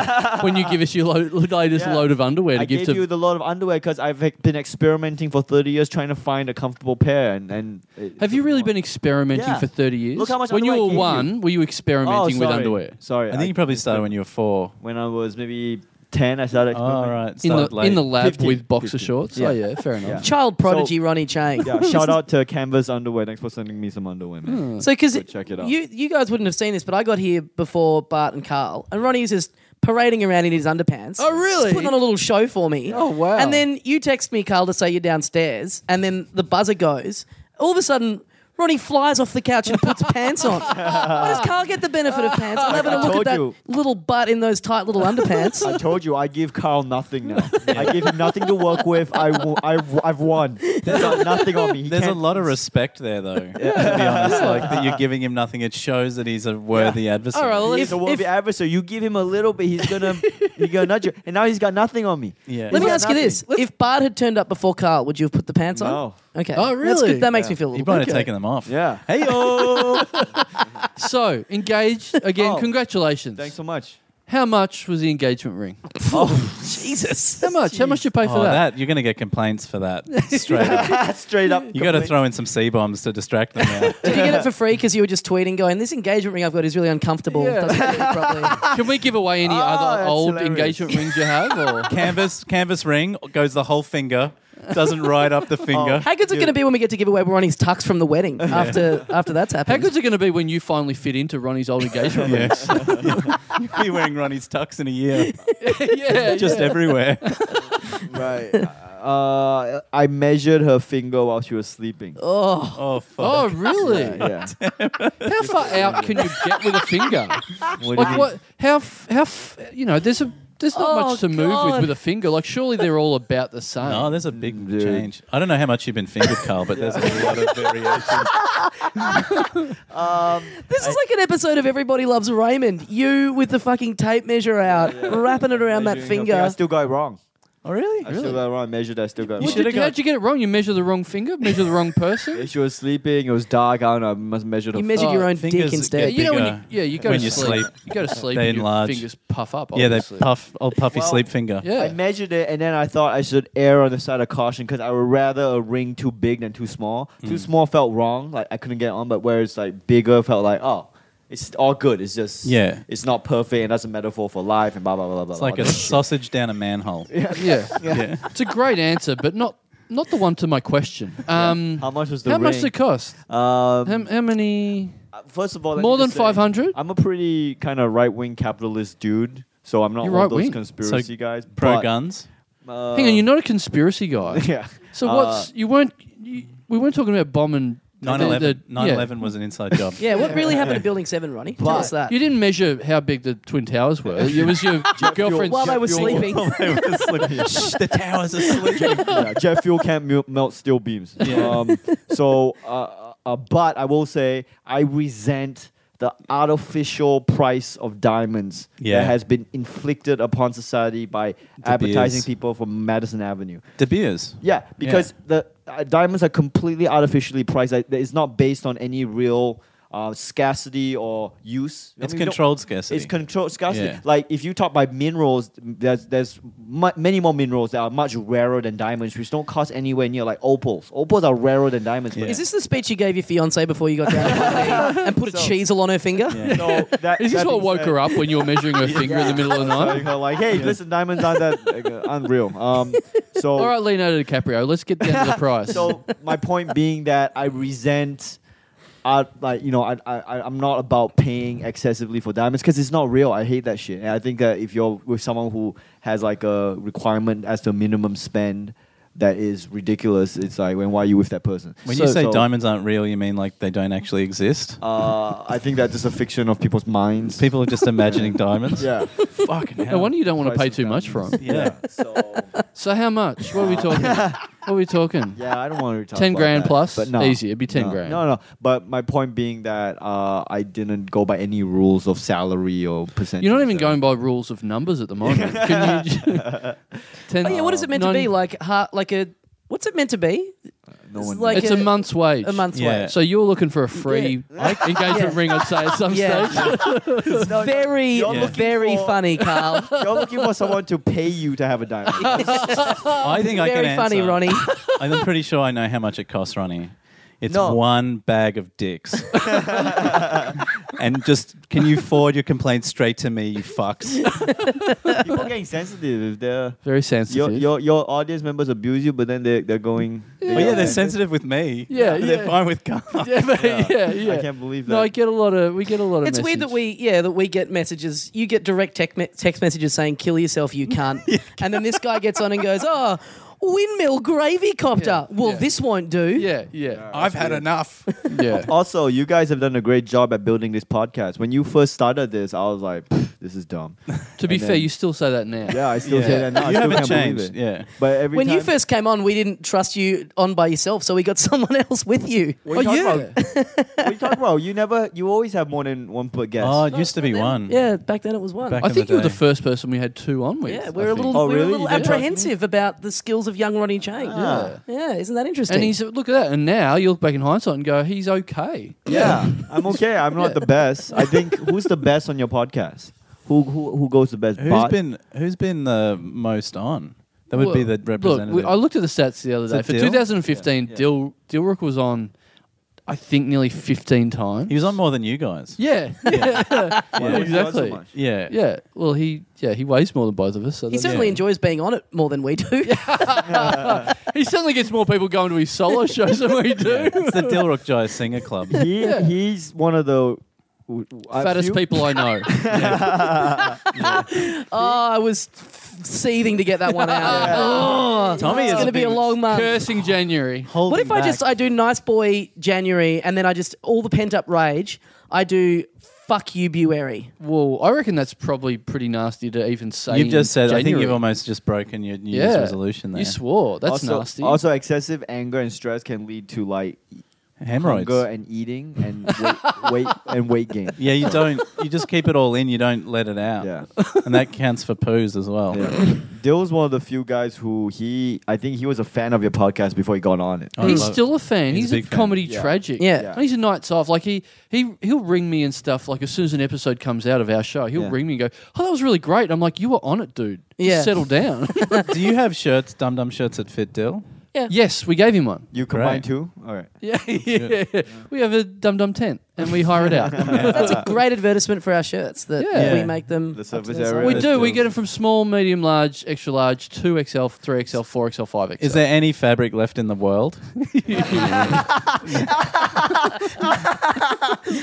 B: when you give us your lo- latest
D: Yeah.
B: load of underwear to
D: I
B: give
D: gave
B: to.
D: you the load of underwear because I've ex- been experimenting for 30 years trying to find a comfortable pair. And, and it-
B: have you really been experimenting
D: Yeah.
B: for thirty years?
D: Look how much
B: when you
D: underwear
B: were
D: I gave you.
B: one, were you experimenting
D: Oh,
B: with
D: sorry.
B: underwear?
D: Sorry,
C: I think you probably started when you were four.
D: when I was maybe 10, I started.
C: Oh,
D: Experimenting.
C: right.
B: In the,
C: Started late.
B: in the lab
D: 15,
B: with boxer
D: 15.
B: shorts?
D: Yeah.
B: Oh, yeah, fair enough.
A: Child prodigy Ronnie Chang.
D: Yeah, shout out to Canvas Underwear. Thanks for sending me some underwear, man.
C: Hmm.
A: So, because
D: Go check it out.
A: you you guys wouldn't have seen this, but I got here before Bart and Carl, and Ronnie's just parading around in his underpants.
B: Oh, really?
A: He's putting on a little show for me.
B: Oh, wow.
A: And then you text me, Carl, to say you're downstairs, and then the buzzer goes. All of a sudden. Ronnie flies off the couch and puts pants on. Why does Carl get the benefit of pants? I'm having
D: I
A: a look at
D: told
A: that
D: you.
A: little butt in those tight little underpants.
D: I told you, I give Carl nothing now. I give him nothing to work with. I w- I w- I've won. There's not- nothing on me. He
C: There's a
D: can't-
C: lot of respect there, though. To be honest, like that you're giving him nothing. It shows that he's a worthy adversary.
A: All right, well,
D: He's
A: if-
D: a worthy
A: if-
D: adversary. You give him a little bit, he's gonna he's gonna nudge you. And now he's got nothing on me.
C: yeah.
A: Let me
D: Yeah,
A: ask you
D: nothing.
A: this: If Bart had turned up before Carl, would you have put the pants on?
D: No.
A: Okay.
B: Oh,
A: That's
B: really?
A: good. That makes
D: Yeah.
A: me feel a
C: He
A: little.
C: might
A: bit.
C: have taken them off.
D: Yeah.
C: Hey, oh.
B: So, engaged. Again,
D: Oh.
B: congratulations.
D: Thanks so much.
B: How much was the engagement ring?
A: Jesus.
B: How much? How much did you pay for
C: Oh,
B: that?
C: that you're going to get complaints for that. Straight up.
D: Straight up.
C: You got to
D: complaint.
C: throw in some C bombs to distract them. Now.
A: Did you get it for free because you were just tweeting, going, "This engagement ring I've got is really uncomfortable." Doesn't fit me properly.
B: Can we give away any
D: Oh,
B: other
D: that's
B: old
D: hilarious.
B: engagement rings you have? Or
C: canvas canvas ring goes the whole finger, doesn't ride up the finger.
A: How good's it going to be when we get to give away Ronnie's tux from the wedding after after that's
B: how
A: happened?
B: good's it going to be when you finally fit into Ronnie's old engagement ring?
C: You'll be wearing Ronnie's tux in a year,
B: yeah,
C: just everywhere.
D: Right. Uh, I measured her finger while she was sleeping.
A: oh,
C: Oh fuck!
B: Oh, really?
D: Yeah.
B: How far out can you get with a finger? like what? How? F- how? F- you know, there's a there's not
A: Oh,
B: much to move with
A: God.
B: with a finger. Like surely they're all about the same.
C: No, there's a big
D: Dude.
C: change. I don't know how much you've been fingered, Carl, but there's a lot of variation.
A: Um, this is like an episode of Everybody Loves Raymond. You with the fucking tape measure out, wrapping it around that
D: Measuring her I
A: finger.
D: still got it wrong.
C: Oh, really?
D: I still got it wrong. I measured. I still got it
B: You
D: wrong.
B: did,
C: should've
B: how'd
C: got-
B: you get it wrong? You measure the wrong finger, measure the wrong
D: Yeah,
B: person.
D: She was sleeping. It was dark. I don't know. I must measured her.
A: You measured
B: Oh,
A: your own
C: fingers
A: dick
B: Yeah,
A: instead.
B: you know when you
C: bigger
B: yeah you go
C: when
B: to
C: you
B: sleep.
C: sleep.
B: You go to sleep.
C: They
B: and your
C: enlarge.
B: fingers puff up.
C: Yeah, they
B: obviously.
C: puff old puffy
D: Well-
C: sleep finger.
B: Yeah.
D: I measured it and then I thought I should err on the side of caution because I would rather a ring too big than too small.
B: Mm.
D: Too small felt wrong, like I couldn't get on, but whereas like bigger felt like oh, it's all good. It's just
C: Yeah.
D: it's not perfect and that's a metaphor for life and blah blah blah blah.
C: It's like a sausage down a manhole.
B: Yeah.
C: Yeah.
B: It's a great answer, but not not the one to my question. Um,
D: how much was the
B: how
D: ring?
B: much did it cost?
D: um,
B: How, how many?
D: first of all, let
B: more
D: me
B: than
D: just say,
B: 500?
D: I'm a pretty kind of right wing capitalist dude, so I'm not
B: You're
D: one of those
B: right-wing.
D: conspiracy guys.
C: Pro
D: but,
C: guns.
D: uh,
B: Hang on, you're not a conspiracy guy.
D: yeah.
B: So
D: Uh,
B: what's you weren't you, we weren't talking about bombing
C: 9/11.
B: the- the- yeah.
C: 9/11 was an inside job.
A: Yeah, what really happened to Building Seven, Ronnie? Tell
D: But-
A: us that.
B: You didn't measure how big the twin towers were. It was your, your girlfriend's.
A: While I was
B: your-
A: sleeping.
C: They were sleeping. Shh, the towers are sleeping.
D: yeah, jet fuel can't mel- melt steel beams. Um, so, uh, uh, but I will say, I resent the artificial price of diamonds
C: Yeah.
D: that has been inflicted upon society by advertising people from Madison Avenue.
C: De Beers.
D: Yeah, because the uh, diamonds are completely artificially priced. Like, it's not based on any real uh, scarcity or use. I
C: It's
D: mean, we don't-
C: controlled scarcity.
D: It's controlled scarcity.
C: Yeah.
D: Like if you talk by minerals, there's there's mu- many more minerals that are much rarer than diamonds, which don't cost anywhere near like opals. Opals are rarer than diamonds. but-
A: Is this the speech you gave your fiance before you got down and put a cheesel on her finger?
D: So that,
B: Is this
D: that
B: what
D: being
B: woke
D: said-
B: her up when you were measuring her finger in the middle of the
D: Telling
B: night?
D: her like, hey, listen, diamonds aren't that like, uh, unreal. Um, so
B: All right, Leonardo DiCaprio, let's get down to the price.
D: So my point being that I resent. I, like you know, I, I I- I'm not about paying excessively for diamonds because it's not real. I hate that shit, and I think that if you're with someone who has like a requirement as to minimum spend that is ridiculous, it's like when why are you with that person?
C: When
D: So-
C: you say
D: so,
C: diamonds aren't real, you mean like they don't actually exist?
D: uh, I think that's just a fiction of people's minds.
C: People are just imagining diamonds.
D: yeah,
C: Fucking hell.
B: no wonder you don't want to
D: uh, Price
B: pay too
D: of
B: much for
D: diamonds.
B: them.
C: Yeah.
D: so
B: So how much? What are we talking about? What are we talking?
D: Yeah, I don't want to talk
B: 10
D: about
B: grand
D: that,
B: plus?
D: But no,
B: Easy, it'd be 10
D: no,
B: grand.
D: No, no. But my point being that uh, I didn't go by any rules of salary or Uh, percentage.
B: You're not even
D: or-
B: going by rules of numbers at the moment. Can you? ten,
A: Oh, yeah, what is it meant to be?
B: nine-
A: Like, ha- like a. What's it meant to be?
D: No
A: It's
D: one
A: like uh,
B: it's a, month's wage.
A: A month's
C: Yeah.
A: wage.
B: So you're looking for a free engagement
A: Yeah.
B: ring, I'd say, at some
A: Yeah.
B: stage.
D: No,
A: Very,
D: you're looking
A: very
D: for-
A: funny, Carl.
D: You're looking for someone to pay you to have a diamond.
C: I think I can
A: very funny,
C: answer.
A: Ronnie.
C: I'm pretty sure I know how much it costs, Ronnie. It's
D: No.
C: one bag of dicks. and just can you forward your complaint straight to me, you fucks?
D: People are getting sensitive. If they're
B: Very sensitive.
D: your, your your audience members abuse you, but then they they're going. they
C: Oh
D: go
C: yeah, they're
D: like-
C: sensitive with me.
B: Yeah,
C: they're
B: yeah.
C: fine with Carl.
B: yeah, but- yeah, yeah,
D: I can't believe that.
B: No, I get a lot of. We get a lot of.
A: It's weird that we, yeah, that we get messages. You get direct tec- me- text messages saying "kill yourself, you cunt," and then this guy gets on and goes, "Oh, windmill gravy copter."
B: Yeah,
A: Well,
B: yeah.
A: this won't do.
B: Yeah, yeah,
C: I've had enough.
B: yeah.
D: Also, you guys have done a great job at building this podcast. When you first started this, I was like, "Pff, "This is dumb."
B: to be
D: And
B: fair,
D: then-
B: you still say that now.
D: Yeah, I still say that now. I
C: you
D: still
C: haven't
D: can't believe
C: changed.
D: it.
C: Yeah.
D: But every
A: When you
D: time-
A: first came on, we didn't trust you on by yourself, so we got someone else with you.
D: What are you
B: Oh,
D: talking about? What are you talking about? You never, you always have more than one per guest.
C: Oh, it used to be one.
A: Yeah, back then it was one.
C: Back
B: I
C: in
B: think
C: the
B: you were the
C: day.
B: first person we had two on with.
A: yeah,
B: I
A: we're a
B: think.
A: little,
D: Oh,
A: we were
D: really?
A: a little
D: You didn't trust me?
A: apprehensive about the skills of young Ronnie Chang.
D: Ah.
A: Yeah, isn't that interesting?
B: And he's look at that, and now you look back in hindsight and go, he's okay.
D: yeah, I'm okay. I'm not the best. I think who's the best on your podcast? Who who who goes the best?
C: Who's
D: Bart?
C: been who's been the most on? That would be
B: Well,
C: the representative.
B: Look, we- I looked at the stats the other
C: Is
B: day
C: it
B: for
C: Dil?
B: 2015. Dil Dilrook was on, I think, nearly 15 times.
C: he was on more than you guys.
B: Yeah, yeah,
D: Why would you want so
B: exactly.
D: much?
C: Yeah.
B: yeah. Well, he yeah he weighs more than both of us. So
A: he
B: that's-
A: certainly
C: yeah.
A: enjoys being on it more than we do.
B: he certainly gets more people going to his solo shows than we do.
C: It's the Dilrook Jai Singer Club.
D: He he's one of the w- w- a
B: Fattest
D: few-
B: people I know.
A: Oh, I was seething to get that one out. Oh,
C: Tommy
A: it's
C: is
A: going to be a
C: being
A: long month.
B: Cursing January.
A: What if I
C: back.
A: just I do nice boy January and then I just all the pent up rage. I do fuck you Buary.
B: Well, I reckon that's probably pretty nasty to even say.
C: You've
B: in
C: just said. I think
B: January.
C: you've almost just broken your New Year's
B: yeah.
C: resolution there.
B: You swore. That's
D: also,
B: nasty.
D: Also, excessive anger and stress can lead to like
C: Hemorrhoids.
D: hunger and eating and weight, weight and weight gain.
C: Yeah, you don't. You just keep it all in. You don't let it out.
D: Yeah.
C: and that counts for poos as well.
D: Yeah. Dill was one of the few guys who he, I think he was a fan of your podcast before he got on it.
C: I
B: he's
C: love-
B: still a fan.
C: He's
B: He's,
C: a
B: a,
C: big fan.
B: comedy
D: Yeah.
B: tragic.
A: Yeah.
D: Yeah.
B: And he's a nights off. Like he he he'll ring me and stuff. Like as soon as an episode comes out of our show, he'll
D: Yeah.
B: ring me and go, "Oh, that was really great." I'm like, "You were on it, dude. Just
A: Yeah.
B: settle down."
C: Do you have shirts, dum dum shirts at Fit Dill?
B: yes, we gave him one.
D: You
C: Great.
D: combined two? All right.
B: Yeah, yeah. We have a dum dum tent and we hire it out.
A: That's a great advertisement for our shirts that
B: Yeah.
A: we make them.
D: The
A: up to
D: surface
A: their
D: area.
B: we
A: size.
D: That's
B: do. We
D: dope.
B: get them from small, medium, large, extra large, two XL, three XL, four XL, five XL.
C: Is there any fabric left in the world?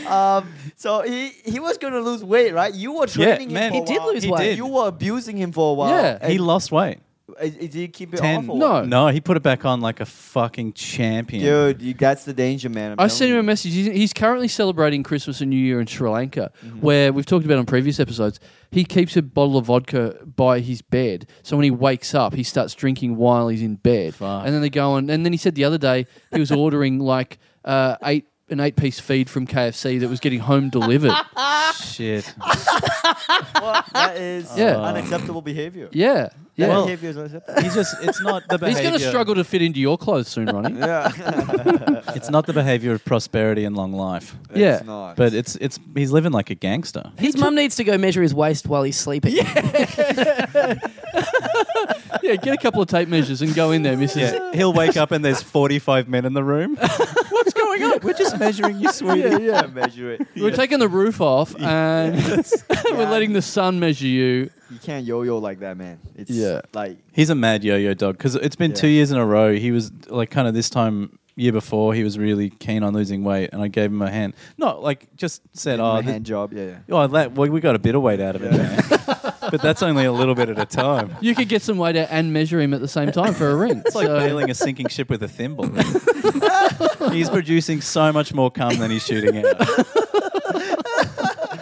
D: Um, so he, he was going to lose weight, right? You were training
C: man.
D: him. For
A: He
D: a
A: did
D: while.
A: lose
C: He
A: weight.
C: did.
D: You were abusing him for a while.
B: Yeah.
D: And
C: he lost weight.
D: is- Did he keep it
C: Ten.
D: off? or
B: No.
D: what?
C: No, he put it back on like a fucking champion.
D: Dude, you, that's the danger, man. I'm
B: I sent him a
D: telling
B: message. He's, he's currently celebrating Christmas and New Year in Sri Lanka, where we've talked about on previous episodes. He keeps a bottle of vodka by his bed, so when he wakes up, he starts drinking while he's in bed.
C: Fuck.
B: And then they go on. And then he said the other day he was ordering like uh, eight an eight piece feed from KFC that was getting home delivered.
C: Shit.
D: you. Well, that is
B: Yeah.
D: unacceptable behavior.
B: yeah, yeah.
D: That
C: Well,
D: behavior is unacceptable.
C: He's just. It's not the
B: he's
C: behavior.
B: going to struggle to fit into your clothes soon, Ronnie.
D: yeah.
C: It's not the behavior of prosperity and long life.
B: yeah.
D: It's not.
C: But it's it's he's living like a gangster.
A: His mum needs to go measure his waist while he's sleeping.
B: yeah, get a couple of tape measures and go in there, Mrs.
C: Yeah, he'll wake up and there's 45 men in the room.
A: What's going on?
C: We're just measuring you, sweetie.
D: yeah, yeah. Measure it.
B: We're taking the roof off and we're
D: Yeah.
B: letting the sun measure you.
D: You can't yo-yo like that, man. It's
B: Yeah.
D: like
C: He's a mad yo-yo dog because it's been
D: Yeah.
C: two years in a row. He was like kind of this time year before he was really keen on losing weight, and I gave him a hand. Not like just said,
D: a
C: oh, th-
D: hand job. Yeah, yeah.
C: oh, that, well, we got a bit of weight out of
D: Yeah.
C: it, man. but that's only a little bit at a time.
B: You could get some weight out and measure him at the same time for a ring.
C: It's like
B: So-
C: bailing a sinking ship with a thimble. he's producing so much more cum than he's shooting out.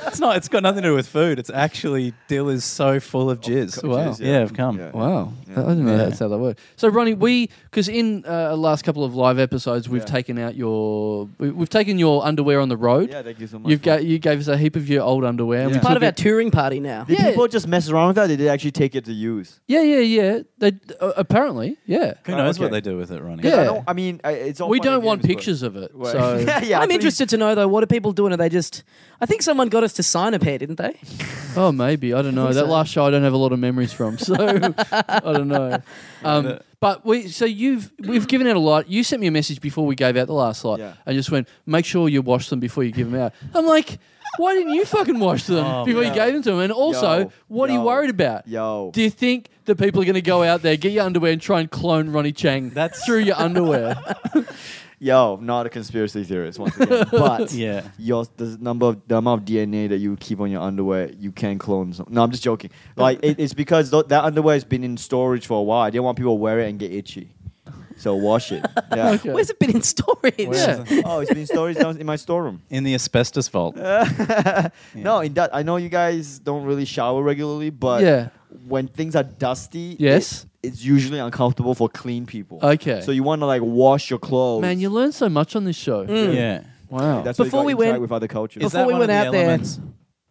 C: it's not. It's got nothing to do with food. It's actually Dill is so full of jizz.
D: cum,
C: wow.
D: jizz,
C: yeah.
D: yeah.
C: of cum.
D: Yeah.
B: Um, Wow,
D: Yeah.
B: I didn't know
C: Yeah.
B: that's how that worked. So, Ronnie, we because in uh, last couple of live episodes, we've
D: Yeah.
B: taken out your we, we've taken your underwear on the road.
D: Yeah, thank you so much.
B: You've
D: man.
B: got you gave us a heap of your old underwear. and we
D: Yeah.
B: took
A: Part of
B: it-
A: our touring party now.
D: Did
B: Yeah.
D: people just mess around with that? Did they actually take it to use?
B: yeah, yeah, yeah. They uh, apparently, yeah.
C: Who
D: Oh,
C: knows what
D: okay.
C: they do with it, Ronnie?
B: Yeah.
D: I don't. I mean, I, it's all.
B: We
D: fun and
B: don't want
D: games, but-
B: pictures of it.
D: Right.
B: So
D: yeah, yeah.
A: I'm
D: that's
A: interested to know though, what are people doing? Are they just? I think someone got us to sign a pair, didn't they?
B: Oh, maybe. I don't know.
A: think
B: that
A: so.
B: last show I don't have a lot of memories from, so I don't know. Um,
C: but-
B: but we so you've we've given out a lot. You sent me a message before we gave out the last lot,
D: Yeah.
B: and just went, make sure you wash them before you give them out. I'm like, why didn't you fucking wash them
C: Oh,
B: before
D: yeah.
B: you gave them to them? And also,
D: Yo,
B: what are you
D: yo,
B: worried about?
D: what- Yo.
B: Do you think the people are going to go out there, get your underwear, and try and clone Ronnie Chang
C: That's-
B: through your underwear?
D: Yo, not a conspiracy theorist once again, but
C: Yeah.
D: your the number of the amount of DNA that you keep on your underwear, you can clone. Some. No, I'm just joking. Like it, it's because th- that underwear has been in storage for a while. I didn't want people to wear it and get itchy, so wash it. Yeah.
B: Okay.
A: Where's it been in storage?
C: Where
B: Yeah.
C: is it?
D: Oh, it's been in storage down in my storeroom.
C: In the asbestos vault.
D: No, in that I know you guys don't really shower regularly, but
B: Yeah.
D: when things are dusty,
B: Yes.
D: it- it's usually uncomfortable for clean people.
B: Okay.
D: so you want to like wash your clothes.
B: Man, you learn so much on this show.
A: Mm.
C: yeah.
B: Wow.
D: Mm. That's
A: Before
D: before
A: we
D: we went
A: went-
D: with other cultures.
A: Before
C: Is that
A: we
C: one of
A: went
C: the
A: out there-
C: elements?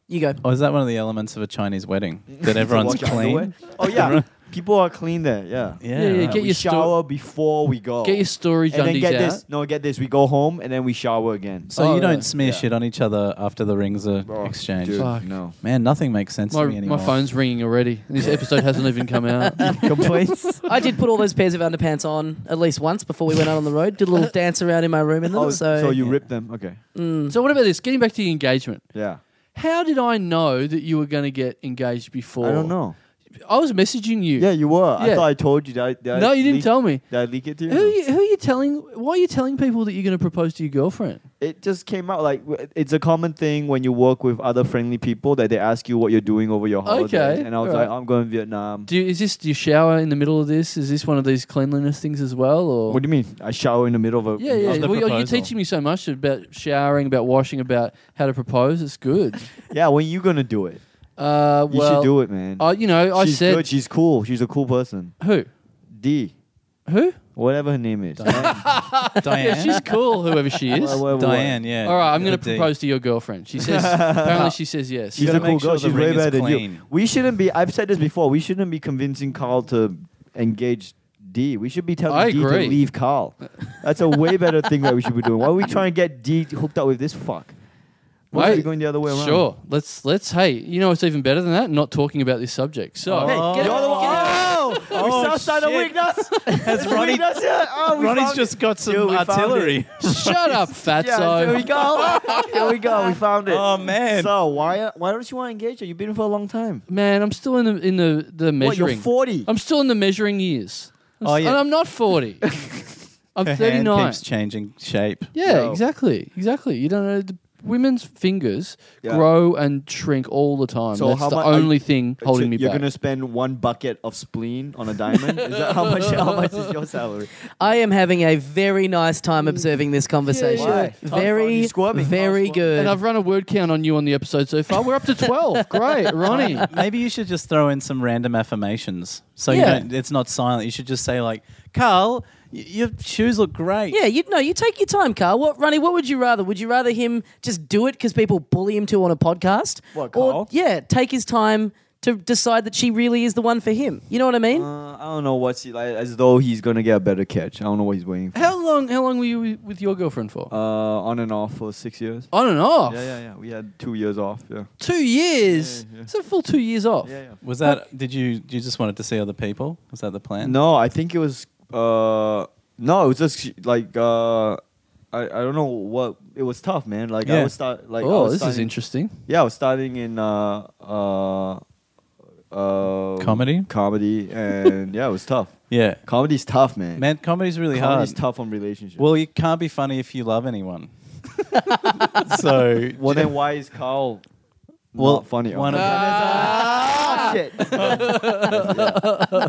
A: You go.
C: Or is that one of the elements of a Chinese wedding that
D: To
C: everyone's
D: wash your
C: clean?
D: underwear. Oh yeah, people are clean there. Yeah.
B: Yeah, yeah,
C: right.
B: get
D: we
B: your sto-
D: shower before we go.
B: Get your storage
D: and then
B: undies
D: get
B: out.
D: this. No, get this. We go home and then we shower again.
C: So
B: Oh,
C: you don't
B: yeah.
C: smear
D: Yeah.
C: shit on each other after the rings are
D: Oh,
C: exchanged.
D: dude,
B: Fuck.
D: no.
C: Man, nothing makes sense
B: My,
C: to me anymore.
B: my phone's ringing already. This episode hasn't even come out.
C: complaints.
A: I did put all those pairs of underpants on at least once before we went out on the road. Did a little dance around in my room in them.
D: Oh,
A: so, mm.
D: you
C: Yeah.
D: rip them? Okay.
B: so what about this? Getting back to the engagement.
D: Yeah.
B: How did I know that you were going to get engaged before?
D: I don't know.
B: I was messaging you.
D: Yeah, you were.
B: Yeah.
D: I thought I told you. Did I, did I
B: No, you didn't
D: leak-
B: tell me.
D: Did I leak it to you?
B: Who are you, who are you telling? Why are you telling people that you're going to propose to your girlfriend?
D: it just came out like w- it's a common thing when you work with other friendly people that they ask you what you're doing over your holidays.
B: Okay,
D: And I was
B: alright.
D: like, I'm going to Vietnam.
B: Do you, is this? Do you shower in the middle of this? Is this one of these cleanliness things as well? Or
D: What do you mean? I shower in the middle of a
B: yeah, yeah.
C: Of the
B: Well, you're- you're
C: proposal.
B: teaching me so much about showering, about washing, about how to propose. It's good.
D: Yeah, when you gonna do it?
B: Uh,
D: You
B: well,
D: should do it, man.
B: I, you know,
D: She's
B: I said
D: good. She's cool. She's a cool person.
B: who?
D: D,
B: Who?
D: whatever her name is.
C: Diane.
B: Yeah, she's cool. Whoever she is.
D: Wha- wha- wha-
C: Diane, yeah.
B: All right, I'm
C: With
B: going to
C: a D.
B: propose to your girlfriend. She says, apparently, she says yes.
D: She's
C: gotta
D: a cool
C: make sure
D: girl.
C: the
D: She's way
C: ring is
D: better than
C: clean.
D: you. We shouldn't be. I've said this before. We shouldn't be convincing Carl to engage D. We should be telling
B: I
D: D to
B: agree.
D: leave Carl. That's a way better thing that we should be doing. Why are we trying to get D hooked up with this fuck? Why are
B: Wait,
D: we going the other way around?
B: Sure. Let's let's. Hey, you know what's even better than that? Not talking about this subject. So
C: Oh. Hey,
A: get
D: You're
A: out,
D: the
A: get
D: one- Oh, we
C: Oh,
D: saw sign of
C: shit.
D: weakness.
C: Has Ronnie,
D: Weakness, yeah. Oh, we
C: Ronnie's
D: found
C: just got some
D: Dude, we found
C: artillery.
D: it.
B: shut up,
D: it. Yeah, here we
B: fatso.
D: go. Here we go. We found it.
C: Oh, man.
D: So why why don't you want to engage her? You've been for a long time.
B: Man, I'm still in the in the the
D: What? You're
B: measuring.
D: 40.
B: I'm still in the measuring years. I'm
C: Oh,
B: s-
C: yeah.
B: And I'm not 40. I'm
C: Her hand
B: 39.
C: keeps changing shape.
B: Yeah,
D: Yo.
B: exactly. Exactly. You don't know. The, Women's fingers
D: Yeah.
B: grow and shrink all the time.
D: So
B: That's
D: how
B: the
D: mu- are
B: only
D: you-
B: thing holding
D: So
B: me
D: you're
B: back.
D: gonna spend one bucket of spleen on a diamond? is that how much? How much is your salary?
A: I am having a very nice time observing this conversation.
B: Yeah, yeah.
D: Why?
A: Very,
D: You squirming.
A: very
D: Oh, squirming.
A: good.
B: And I've run a word count on you on the episode so far. We're up to 12. Great, Ronnie.
C: Maybe you should just throw in some random affirmations. So
B: Yeah.
C: you don't, it's not silent. You should just say like, Carl, y- your shoes look great.
A: Yeah, you know, you take your time, Carl. What, Ronnie? What would you rather? Would you rather him just do it because people bully him to on a podcast?
D: What,
A: Or
D: Carl?
A: yeah, take his time to decide that she really is the one for him. You know what I mean?
D: Uh, I don't know what's he like. As though he's gonna get a better catch. I don't know what he's waiting for.
B: How long? How long were you wi- with your girlfriend for?
D: Uh, on and off for six years.
B: on and off.
D: Yeah, yeah, yeah. We had two years off. Yeah.
B: Two years.
D: Yeah, yeah.
B: It's a full two years off.
D: Yeah, yeah.
C: Was that? Did you? You just wanted to see other people? Was that the plan?
D: No, I think it was. Uh, no, it was just sh- like uh, I I don't know what it was tough, man. Like I
C: Yeah.
D: was start like I
B: oh,
D: was
B: this is
D: starting-
B: interesting.
D: Yeah, I was starting in uh uh. Uh,
C: Comedy?
D: comedy, and yeah, it was tough.
C: Yeah.
D: Comedy's tough, man.
C: Man, comedy's really
D: comedy's
C: hard.
D: tough on relationships.
C: Well, you can't be funny if you love anyone. so
D: well, then why is Carl
C: Well,
B: Uh,
D: not funny?
C: one of-
D: Ah, shit. That's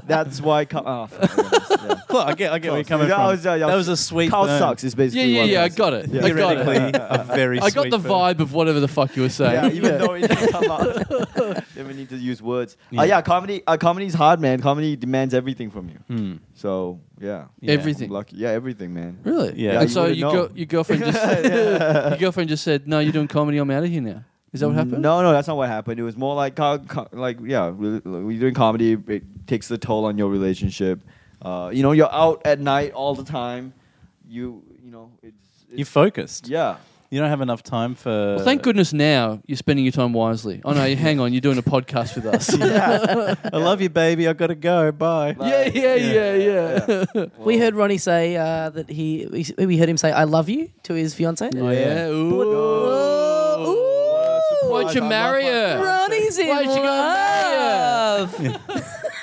D: that's why. Car- oh, fuck, I guess, yeah.
C: Look, I get, I get where you're
D: Carl-
C: coming
D: that
C: from.
D: was- uh, yeah, yeah,
C: that was a sweet.
D: Carl
C: burn.
D: sucks. Is
B: Yeah,
D: basically
B: yeah,
D: what
B: yeah. I
D: is.
B: got it.
D: Yeah.
B: I got it.
C: Theoretically, a very.
B: I got
C: sweet
B: the
C: burn.
B: vibe of whatever the fuck you were
D: Yeah,
B: saying.
D: even though it didn't come out, never need to use words. Yeah,
C: Yeah.
D: uh, yeah comedy. Uh, comedy's hard, man. Comedy demands everything from you.
C: Hmm.
D: So yeah,
C: Yeah.
D: I'm
B: Everything.
D: lucky. Yeah, everything, man.
B: Really?
C: Yeah.
B: And
D: You
B: so
D: wouldn't
B: your, go-
D: know.
B: your girlfriend just your girlfriend just said, "No, you're doing comedy. I'm out of here now." Is that what happened?
D: No, no, that's not what happened. It was more like, co- co- like yeah, really, like, when you're doing comedy, it takes a toll on your relationship. Uh, you know, you're out at night all the time. You, you know, it's, it's
C: You're focused.
D: yeah.
C: You don't have enough time for.
B: Well, thank goodness now you're spending your time wisely. Oh no, you hang on. You're doing a podcast with us.
C: I love you, baby. I gotta go. Bye.
B: yeah, yeah, yeah, yeah.
D: yeah.
A: We heard Ronnie say uh, that he. We, we heard him say "I love you" to his fiance.
B: Oh yeah. Oh, Ooh.
A: Ooh.
D: Why
B: Why'd you marry her?
A: Ronnie's in
B: Why'd you go
A: love.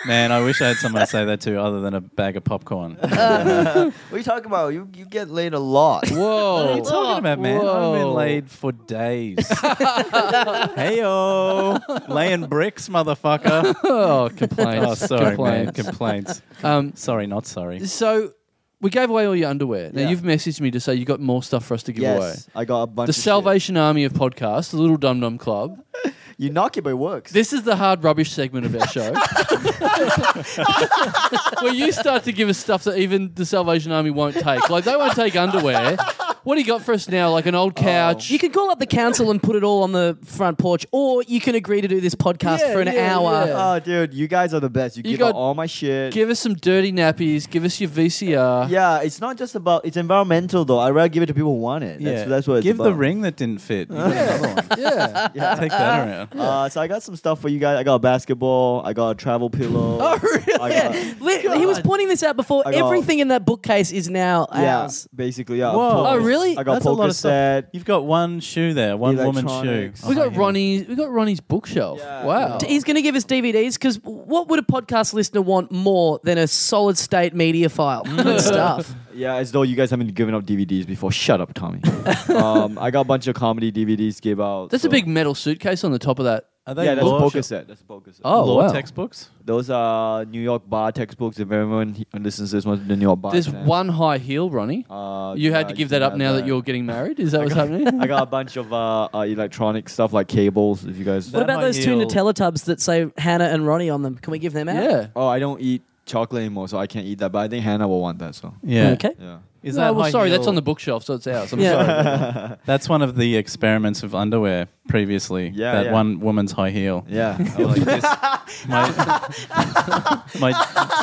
C: Man, I wish I had someone to say that to, other than a bag of popcorn.
D: What are you talking about? You you get laid a lot.
C: What are you
B: Whoa.
C: talking about, man? I've
B: Whoa.
C: been laid for days. hey yo, laying bricks, motherfucker.
B: Oh,
C: oh,
B: complaints.
C: sorry, man.
B: complaints.
C: Complaints.
B: Um,
C: Sorry, not sorry.
B: so we gave away all your underwear. Now
D: Yeah.
B: you've messaged me to say you got more stuff for us to give away.
D: Yes, I got a bunch.
B: The
D: of shit.
B: Salvation Army of podcasts, the Little Dum Dum Club.
D: You knock it, but it works.
B: This is the hard rubbish segment of our show, where you start to give us stuff that even the Salvation Army won't take. Like they won't take underwear. What do you got for us now? Like an old couch.
A: You can call up the council and put it all on the front porch, or you can agree to do this podcast
B: Yeah,
A: for an
B: yeah,
A: hour.
B: yeah.
D: oh, dude, you guys are the best. You,
B: You
D: give out
B: got-
D: all my shit.
B: Give us some dirty nappies. Give us your VCR.
D: yeah, it's not just about. It's environmental though. I'd rather give it to people who want it. That's, that's what. It's
C: Give the
D: about.
C: ring that didn't fit. You got another one.
B: yeah.
C: Take that around.
D: Uh, so I got some stuff for you guys. I got a basketball. I got a travel pillow.
A: Oh, really?
D: I got-
A: Yeah. Li- He was pointing this out before.
D: I got-
A: Everything in that bookcase is now
D: yeah,
A: ours.
D: basically. Yeah. a
C: Whoa.
D: poker-
B: Oh, really?
D: I got
C: That's a
D: poker
C: lot of stuff.
D: set.
C: You've got one shoe there, one woman shoe.
D: Electronics.
B: We got
C: Oh,
B: Ronnie's. We got Ronnie's bookshelf.
D: Yeah.
B: Wow.
D: Oh.
A: D- He's going to give us DVDs because what would a podcast listener want more than a solid state media file? Good stuff.
D: Yeah, as though you guys haven't given up DVDs before. Shut up, Tommy. um, I got a bunch of comedy DVDs. Gave out.
B: That's
D: so-
B: a big metal suitcase on the top of that.
C: Are they
D: Yeah, that's a
C: law,
D: poker set. That's a poker set.
B: Oh,
C: law
B: wow.
C: textbooks?
D: Those are New York bar textbooks. If everyone he- listens to this one, the New York bar.
B: There's
D: fan.
B: one high heel, Ronnie.
D: Uh,
B: you had
D: yeah,
B: to
D: I
B: give
D: do
B: that up
D: have
B: now that you're getting married. Is that what's happening?
D: I got a bunch of uh, uh, electronic stuff like cables. If you guys.
A: what
C: That
A: about
C: might
A: those two
C: heal.
A: Nutella-tubs that say Hannah and Ronnie on them? Can we give them out?
B: yeah.
D: Oh, I don't eat chocolate anymore, so I can't eat that. But I think Hannah will want that. So.
C: Yeah.
A: Okay.
D: Yeah.
C: Is
B: no,
C: that
B: well,
C: high
B: sorry, that's
C: heel-
B: on the bookshelf, so it's ours. I'm
A: Yeah.
B: sorry.
C: That's one of the experiments of underwear previously.
D: Yeah,
C: that
D: yeah.
C: one woman's high heel.
D: Yeah.
C: I like this. My, my,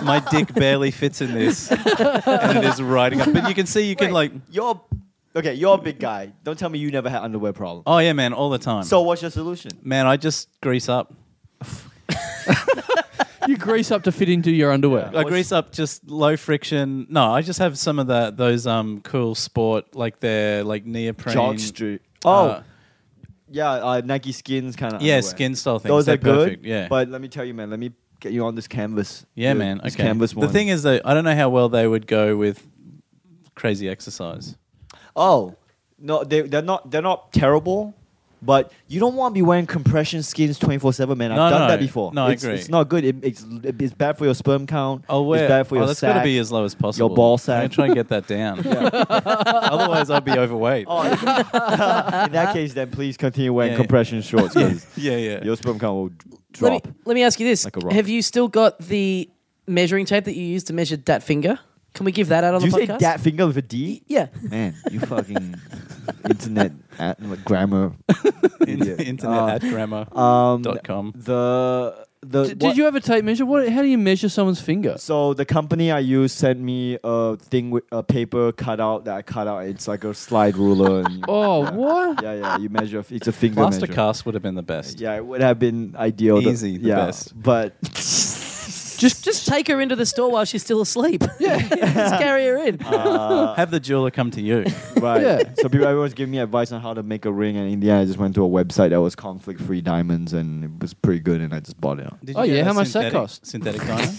C: my dick barely fits in this, and it is riding up. But you can see, you can
D: Wait,
C: like,
D: you're okay. You're a big guy. Don't tell me you never had underwear problem.
C: oh yeah, man, all the time.
D: So what's your solution?
C: man, I just grease up.
B: you grease up to fit into your underwear.
C: I grease up just low friction. No, I just have some of the those um cool sport like they're like neoprene
D: Jog street.
C: uh,
D: Oh yeah, uh, Nike skins kind of.
C: yeah, skin style things.
D: Those
C: They're
D: are good.
C: perfect, Yeah,
D: But let me tell you, man. Let me get you on this canvas.
C: yeah,
D: Dude,
C: man.
D: This
C: Okay.
D: canvas
C: the thing is though, I don't know how well they would go with crazy exercise.
D: oh no, they they're not they're not terrible. But you don't want to be wearing compression skins 24 7, man. I've
C: No,
D: done
C: no.
D: that before.
C: No, I
D: it's,
C: agree.
D: It's not good. It, it's, it's bad for your sperm count.
C: Oh, where?
D: It's bad for
C: oh,
D: your
C: that's
D: sack.
C: got to be as low as possible.
D: ball
C: I'm gonna
D: sack.
C: try and get that down. Otherwise, I'll be overweight.
D: Oh, in that case, then please continue wearing
C: Yeah, yeah.
D: compression shorts 'cause
C: yeah, yeah.
D: your sperm count will d-
A: Let
D: drop.
A: me, let me ask you this:
D: Like a rock.
A: Have you still got the measuring tape that you used to measure that finger? Can we give that out on
D: Do you
A: the
D: say
A: podcast?
D: that finger with a D?
A: Yeah.
D: Man, you fucking internet at, like, grammar.
C: In-
D: idiot.
C: Internet
D: Uh,
C: at grammar
D: Um,
C: dot com.
D: the
B: D-
D: the what-
B: did you have a tape measure? What? How do you measure someone's finger?
D: So the company I use sent me a thing with a paper cutout that I cut out. It's like a slide ruler. And you,
B: Oh,
D: yeah.
B: what?
D: Yeah, yeah. You measure. It's a finger measure.
C: Mastercast would have been the best.
D: Yeah, it would have been ideal. to-
C: Easy, the
D: yeah,
C: best.
D: But
A: Just just take her into the store while she's still asleep. Yeah. just carry her in.
D: Uh,
C: Have the jeweler come to you.
B: Oh,
D: Right.
B: Yeah.
D: So people, everyone's giving me advice on how to make a ring, and in the end, I just went to a website that was conflict-free diamonds, and it was pretty good, and I just bought it.
C: Did
B: Oh,
C: get
B: yeah,
C: a
B: how much that
C: synthetic-
B: cost?
C: Synthetic diamond.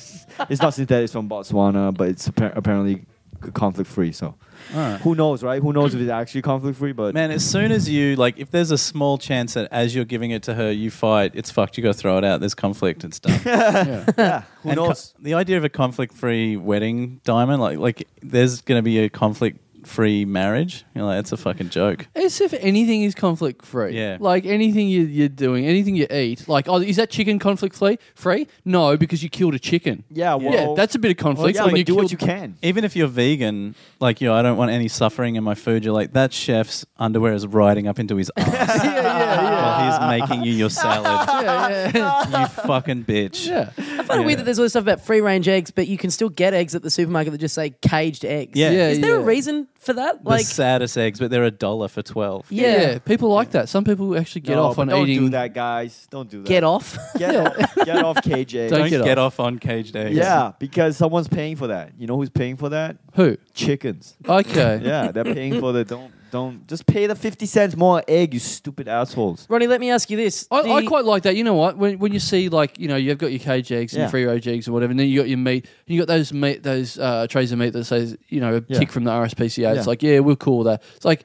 D: It's not synthetic; it's from Botswana, but it's appar- apparently conflict free. So
C: Alright.
D: who knows, right? Who knows if it's actually conflict free? But
C: Man, as soon as you like, if there's a small chance that as you're giving it to her, you fight, it's fucked. You got to throw it out. There's conflict and stuff.
B: yeah.
D: yeah, who
C: And co-
D: knows?
C: the idea of a conflict-free wedding, Diamond, like like there's going to be a conflict-free marriage. You're like, that's a fucking joke.
B: As if anything is conflict free.
C: Yeah.
B: Like anything you, you're doing, anything you eat. Like, oh, is that chicken conflict free? Free? No, because you killed a chicken.
D: yeah, well,
B: yeah, that's a bit of
D: well,
B: conflict.
D: yeah,
B: when
D: but
B: you
D: do what
B: killed-
D: you can.
C: Even if you're vegan, like you, know, I don't want any suffering in my food. You're like, that chef's underwear is riding up into his ass
B: yeah, yeah,
C: while he's making you your salad.
B: yeah. yeah, yeah.
C: you fucking bitch.
B: yeah.
A: I find it weird that there's all this stuff about free range eggs, but you can still get eggs at the supermarket that just say caged eggs.
C: Yeah.
B: Yeah,
A: Is there a
B: yeah.
A: reason for that?
C: the
A: Like,
C: saddest eggs, but they're a dollar for twelve.
A: yeah,
B: Yeah, people like that. Some people actually get
D: No,
B: off
D: but
B: on
D: don't
B: eating.
D: do that, guys. Don't do that.
A: get off.
D: Get off. Get off, KJ.
B: Don't
C: Don't
B: get
C: get, off. on caged eggs.
D: yeah, because someone's paying for that. You know who's paying for that?
B: Who?
D: Chickens.
B: Okay.
D: Yeah, they're paying for the don't don't just pay the fifty cents more egg, you stupid assholes.
A: Ronnie, let me ask you this.
B: I,
A: The-
B: I quite like that. You know what? When, when you see like you know you've got your cage eggs and
D: Yeah.
B: your free range eggs or whatever, and then you got your meat, and you got those meat those uh, trays of meat that says you know a
D: Yeah.
B: tick from the RSPCA.
D: Yeah.
B: It's like yeah, we're cool with that. It's like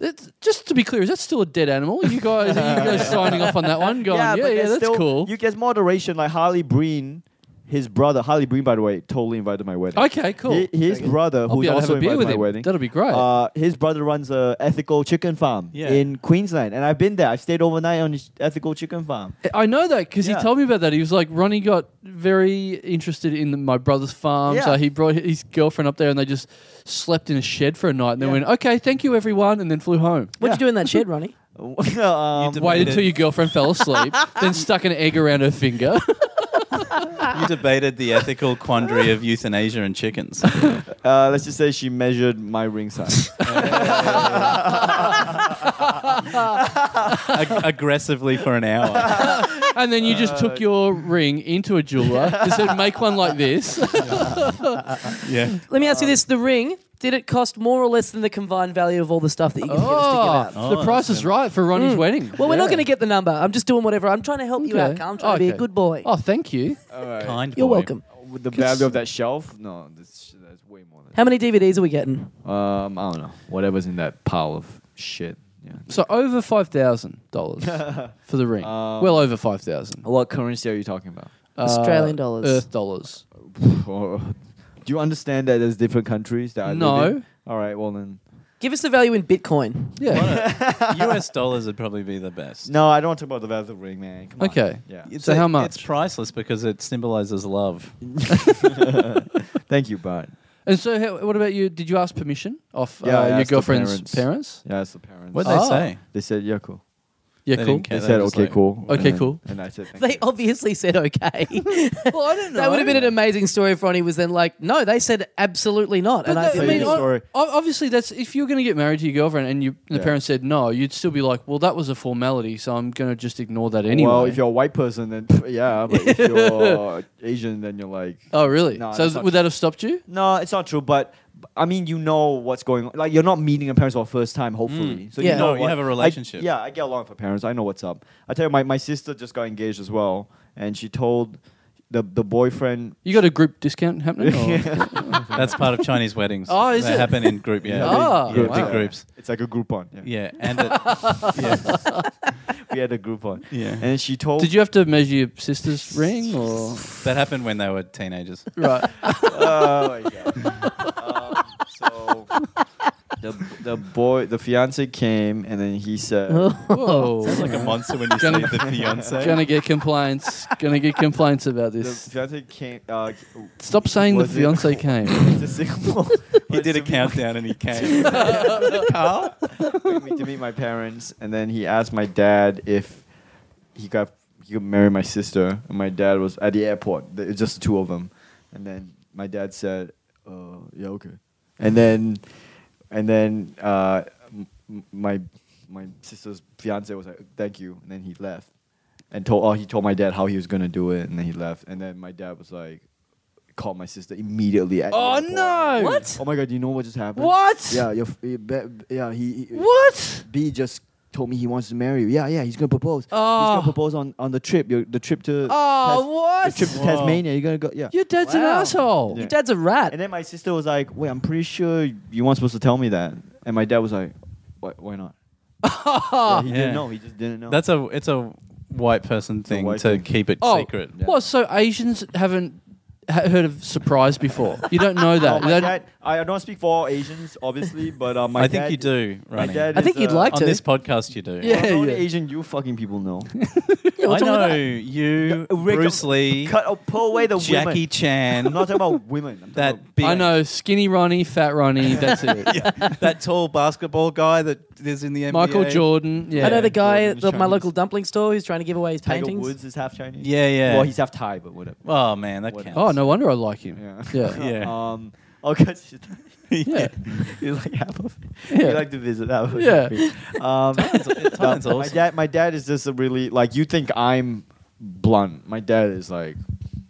B: it's, just to be clear, is that still a dead animal? You guys, are you guys signing off on that one? Going yeah, yeah,
D: there's
B: that's
D: still-
B: cool.
D: You get moderation, like Harley Breen, his brother. Harley Breen, by the way, totally invited my wedding.
B: okay, cool.
D: Hi- His brother,
B: I'll
D: who's
B: be able to
D: also
B: have a beer
D: invited
B: with
D: my
B: him.
D: wedding.
B: That'll be great.
D: Uh, his brother runs a ethical chicken farm
C: Yeah.
D: in Queensland, and I've been there. I've stayed overnight on his ethical chicken farm.
B: I know that because
D: Yeah.
B: he told me about that. He was like, Ronnie got very interested in the, my brother's farm,
D: Yeah.
B: so he brought hi- his girlfriend up there, and they just slept in a shed for a night, and
D: Yeah.
B: then went, "Okay, thank you, everyone," and then flew home.
A: What'd you do in that shed, Ronnie?
D: um,
C: did-
B: Waited
C: Debated.
B: until your girlfriend fell asleep, then stuck an egg around her finger.
C: You debated the ethical quandary of euthanasia and chickens.
D: uh, let's just say she measured my ring size.
C: Ag- aggressively for an hour.
B: and then you just took your ring into a jeweler and said, "Make one like this."
C: Yeah.
A: Let me ask you
D: Um,
A: this: the ring. Did it cost more or less than the combined value of all the stuff that you can get us to give out?
C: Oh,
B: the price is right for Ronnie's wedding.
A: Well, we're not
B: Yeah.
A: going to get the number. I'm just doing whatever. I'm trying to help you out.
B: Okay.
A: Carl. I'm trying to be a
B: Okay.
A: good boy.
B: Oh, thank you.
C: Kind
A: You're
C: boy.
A: welcome.
D: With the value of that shelf, no, this, that's way more than.
A: How many DVDs are we getting?
D: Um, I don't know. Whatever's in that pile of shit. Yeah.
B: So over five thousand dollars for the ring.
D: Um,
B: well over five thousand. Uh,
D: What currency are you talking about?
A: Australian dollars.
B: Earth dollars.
D: Or- Do you understand that there's different countries that I live
B: No.
D: in? All right. Well then.
A: Give us the value in Bitcoin.
B: Yeah.
C: US dollars would probably be the best.
D: No, I don't want to talk about the value of the ring, man. Come on.
B: Okay.
D: Yeah.
C: It's
B: So how much?
C: It's priceless because it symbolizes love.
D: Thank you, Bart.
B: And so, how, what about you? Did you ask permission off
D: Yeah, I
B: uh, your
D: asked the
B: girlfriend's
D: parents.
B: parents?
D: Yeah, it's the parents. Uh,
C: What
B: What'd
C: they
B: Oh.
C: say?
D: They said, yeah, cool.
B: Yeah,
C: They
B: cool.
C: didn't
D: They
C: care.
D: said,
C: were just
D: okay,
C: like-
D: cool.
B: Okay,
D: and,
B: cool.
D: And I said, thank
A: They
D: you.
A: obviously said okay.
B: Well, I don't know.
A: That would have been an amazing story if Ronnie was then like, no, they said absolutely not.
B: But
A: And I
B: that, I
A: didn't
B: mean,
D: the
B: o-
A: even-
D: story.
B: o- obviously, that's if you're going to get married to your girlfriend and, you, and
D: Yeah.
B: the parents said no, you'd still be like, well, that was a formality, so I'm going to just ignore that anyway.
D: Well, if you're a white person, then yeah. But if you're Asian, then you're like,
B: oh, really?
D: No,
B: so
D: that's
B: th-
D: not
B: would that have stopped you?
D: No, it's not true. But b- I mean, you know what's going on. Like you're not meeting your parents for the first time, hopefully. So
A: Yeah.
D: you know
C: Mm. No, you
D: what-
C: have a
D: I-
C: relationship.
D: yeah, I get along with my parents. I know what's up. I tell you, my, my sister just got engaged as well, and she told the the boyfriend.
B: You got a group discount happening? or-
C: That's part of Chinese weddings.
B: Oh, is
C: they
B: it?
C: happen in group, yeah.
B: Oh,
C: yeah,
B: wow.
C: big groups.
D: It's like a Groupon. Yeah,
C: Yeah, and it, yeah,
D: we had a Groupon.
C: Yeah.
D: and she told.
B: Did you have to measure your sister's ring or
C: that happened when they were teenagers.
B: right?
D: Oh my god. um, so the the boy, the fiance came, and then he said,
B: Whoa.
C: It's like a monster when you see
B: Gonna-
C: the fiance.
B: Gonna get complaints. Gonna get complaints about
D: the
B: this.
D: fiance came. Uh,
B: Stop saying the
D: Was it-
B: fiance came.
D: to Singapore.
C: he did a
D: count.
C: countdown and he came.
D: took me to meet my parents, and then he asked my dad if he got he could marry my sister. And my dad was at the airport. Th- It's just the two of them, and then my dad said, uh, "Yeah, okay." And then, and then uh, m- m- my my sister's fiance was like, "Thank you," and then he left, and told oh he told my dad how he was gonna do it, and then he left, and then my dad was like. Called my sister immediately. At the
B: Oh,
D: airport.
B: no. What?
D: Oh my god! You know what just happened?
B: What?
D: Yeah, your, f- yeah, he. he
B: What?
D: B just told me he wants to marry you. Yeah, yeah, he's gonna propose. He's
B: Oh.
D: gonna propose on, on the trip. Your, the trip to
B: Oh,
D: Tas- the trip
B: what?
D: to Tasmania. You're gonna go. Yeah.
B: Your dad's an
A: Wow.
B: asshole.
A: Your dad's a rat.
D: And then my sister was like, "Wait, I'm pretty sure you weren't supposed to tell me that." And my dad was like, "Why, why not?" Yeah, he
C: Yeah.
D: didn't know. He just didn't know.
C: That's a it's a white person
D: a
C: thing
D: white
C: to
D: thing.
C: keep it
B: Oh,
C: secret.
B: What? So Asians haven't ha- heard of surprise before? You don't know
D: Oh,
B: that.
D: my
B: They-
D: dad, I don't speak for all Asians, obviously, but uh, my
C: I think
D: dad-
C: you do,
D: My
C: Ronnie.
D: dad
A: I think
D: is,
A: you'd
D: uh,
A: like
C: On
A: to.
C: this podcast, you do.
B: Yeah.
D: Well, the only Asian you fucking people know.
A: Yeah,
C: I
A: what's wrong with
C: know
A: that?
C: you,
D: Rick-
C: Bruce Lee,
D: Cut, oh, pull away the
C: Jackie
D: women.
C: Chan.
D: I'm not talking about women. I'm talking
C: that big,
B: I know skinny Ronnie, fat Ronnie. That's it.
C: that tall basketball guy that is in the NBA.
B: Michael Jordan. Yeah.
A: I know the guy
D: Jordan's
A: at the- my
D: Chinese.
A: local dumpling store who's trying to give away his
D: about Tiger
A: paintings.
D: Woods is half Chinese.
C: Yeah, yeah.
D: Well, he's half Thai, but whatever.
C: Oh man, that
D: What-
C: counts.
B: Oh, no wonder I like him.
D: Yeah.
B: Yeah.
C: Yeah.
D: Um, oh, because
B: Yeah.
D: you like half of it.
B: Yeah.
D: You like to visit that. would be
B: Yeah.
D: great. Um,
C: Thailand's- Thailand's
D: no, My
C: awesome.
D: dad, my dad is just a really like you think I'm blunt. My dad is like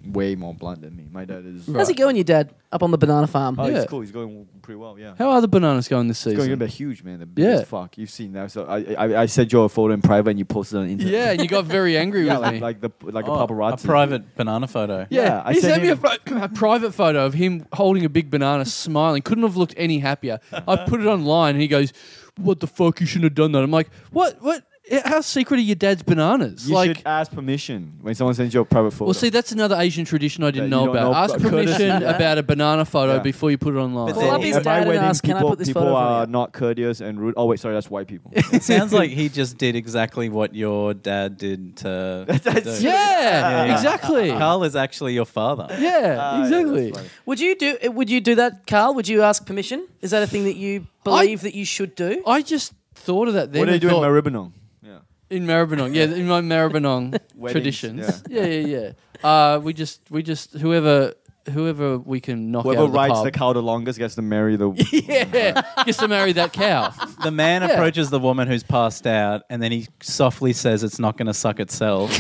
D: way more blunt than me. My dad is.
A: How's it going, your dad, up on the banana farm?
D: Oh,
B: Yeah.
D: he's cool. He's going pretty well. Yeah.
B: How are the bananas going this
D: It's
B: season?
D: going to be huge, man. The biggest
B: Yeah.
D: fuck you've seen that. So I, I, I sent you a photo in private and you posted it on the internet.
B: yeah, and you got very angry
D: yeah,
B: with
D: like,
B: me.
D: like the like
C: Oh,
D: a paparazzi.
C: A private banana photo.
B: yeah,
D: yeah, I
B: he
D: sent
B: sent me a,
D: him-
B: pho- a private photo of him holding a big banana, smiling. Couldn't have looked any happier. I put it online, and he goes, "What the fuck? You shouldn't have done that." I'm like, "What? What? How secret are your dad's bananas?"
D: You
B: like,
D: should ask permission when someone sends you a private photo.
B: Well, see, that's another Asian tradition I didn't
D: That you
B: know
D: don't
B: about.
D: know
B: Ask
D: about courtesy,
B: permission
D: yeah.
B: about a banana photo
D: Yeah.
B: before you put it online.
C: But
A: Call
C: then-
A: up his
D: At my
A: dad and
D: wedding,
A: ask, "Can I
D: people-
A: put this
D: people
A: photo on
D: are
A: you?"
D: not courteous and rude. Oh wait, sorry, that's white people.
C: It sounds like he just did exactly what your dad did to.
D: That's-
C: to-
B: yeah,
C: Yeah, yeah.
B: exactly. Yeah,
C: Carl is actually your father.
D: Ah, yeah, that's
B: exactly.
D: funny.
A: Would you do? uh, Would you do that, Carl? Would you ask permission? Is that a thing that you believe that you should do?
B: I just thought of that then.
D: What are you
B: and
D: doing,
B: thought-
D: Maribyrnong? Yeah.
B: in Maribyrnong? Yeah, in my Maribyrnong
D: Weddings,
B: traditions. Yeah, yeah, yeah. Uh, we just, we just, whoever, whoever we can knock out
D: Whoever
B: of the
D: rides
B: pub.
D: the cow the longest gets to marry the.
B: yeah, gets to marry that cow.
C: The man
B: Yeah.
C: approaches the woman who's passed out, and then he softly says, "It's not going to suck itself."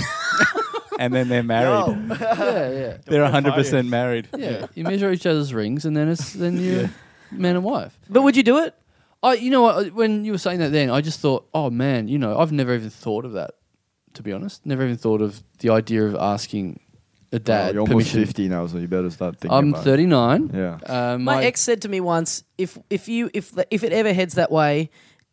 C: and then they're married.
B: Yeah, yeah,
C: They're hundred percent married.
B: yeah. You measure each other's rings, and then it's then you, are man and wife.
A: But would you do it?
B: I, you know, what, uh, when you were saying that, then I just thought, oh man, you know, I've never even thought of that. To be honest, never even thought of the idea of asking a
D: Well,
B: dad
D: you're almost
B: permission.
D: fifty now, so you better start thinking.
B: I'm
D: about
B: 39.
D: Yeah.
B: Uh,
A: My,
B: my,
A: ex said to me once, if if you if the- if it ever heads that way,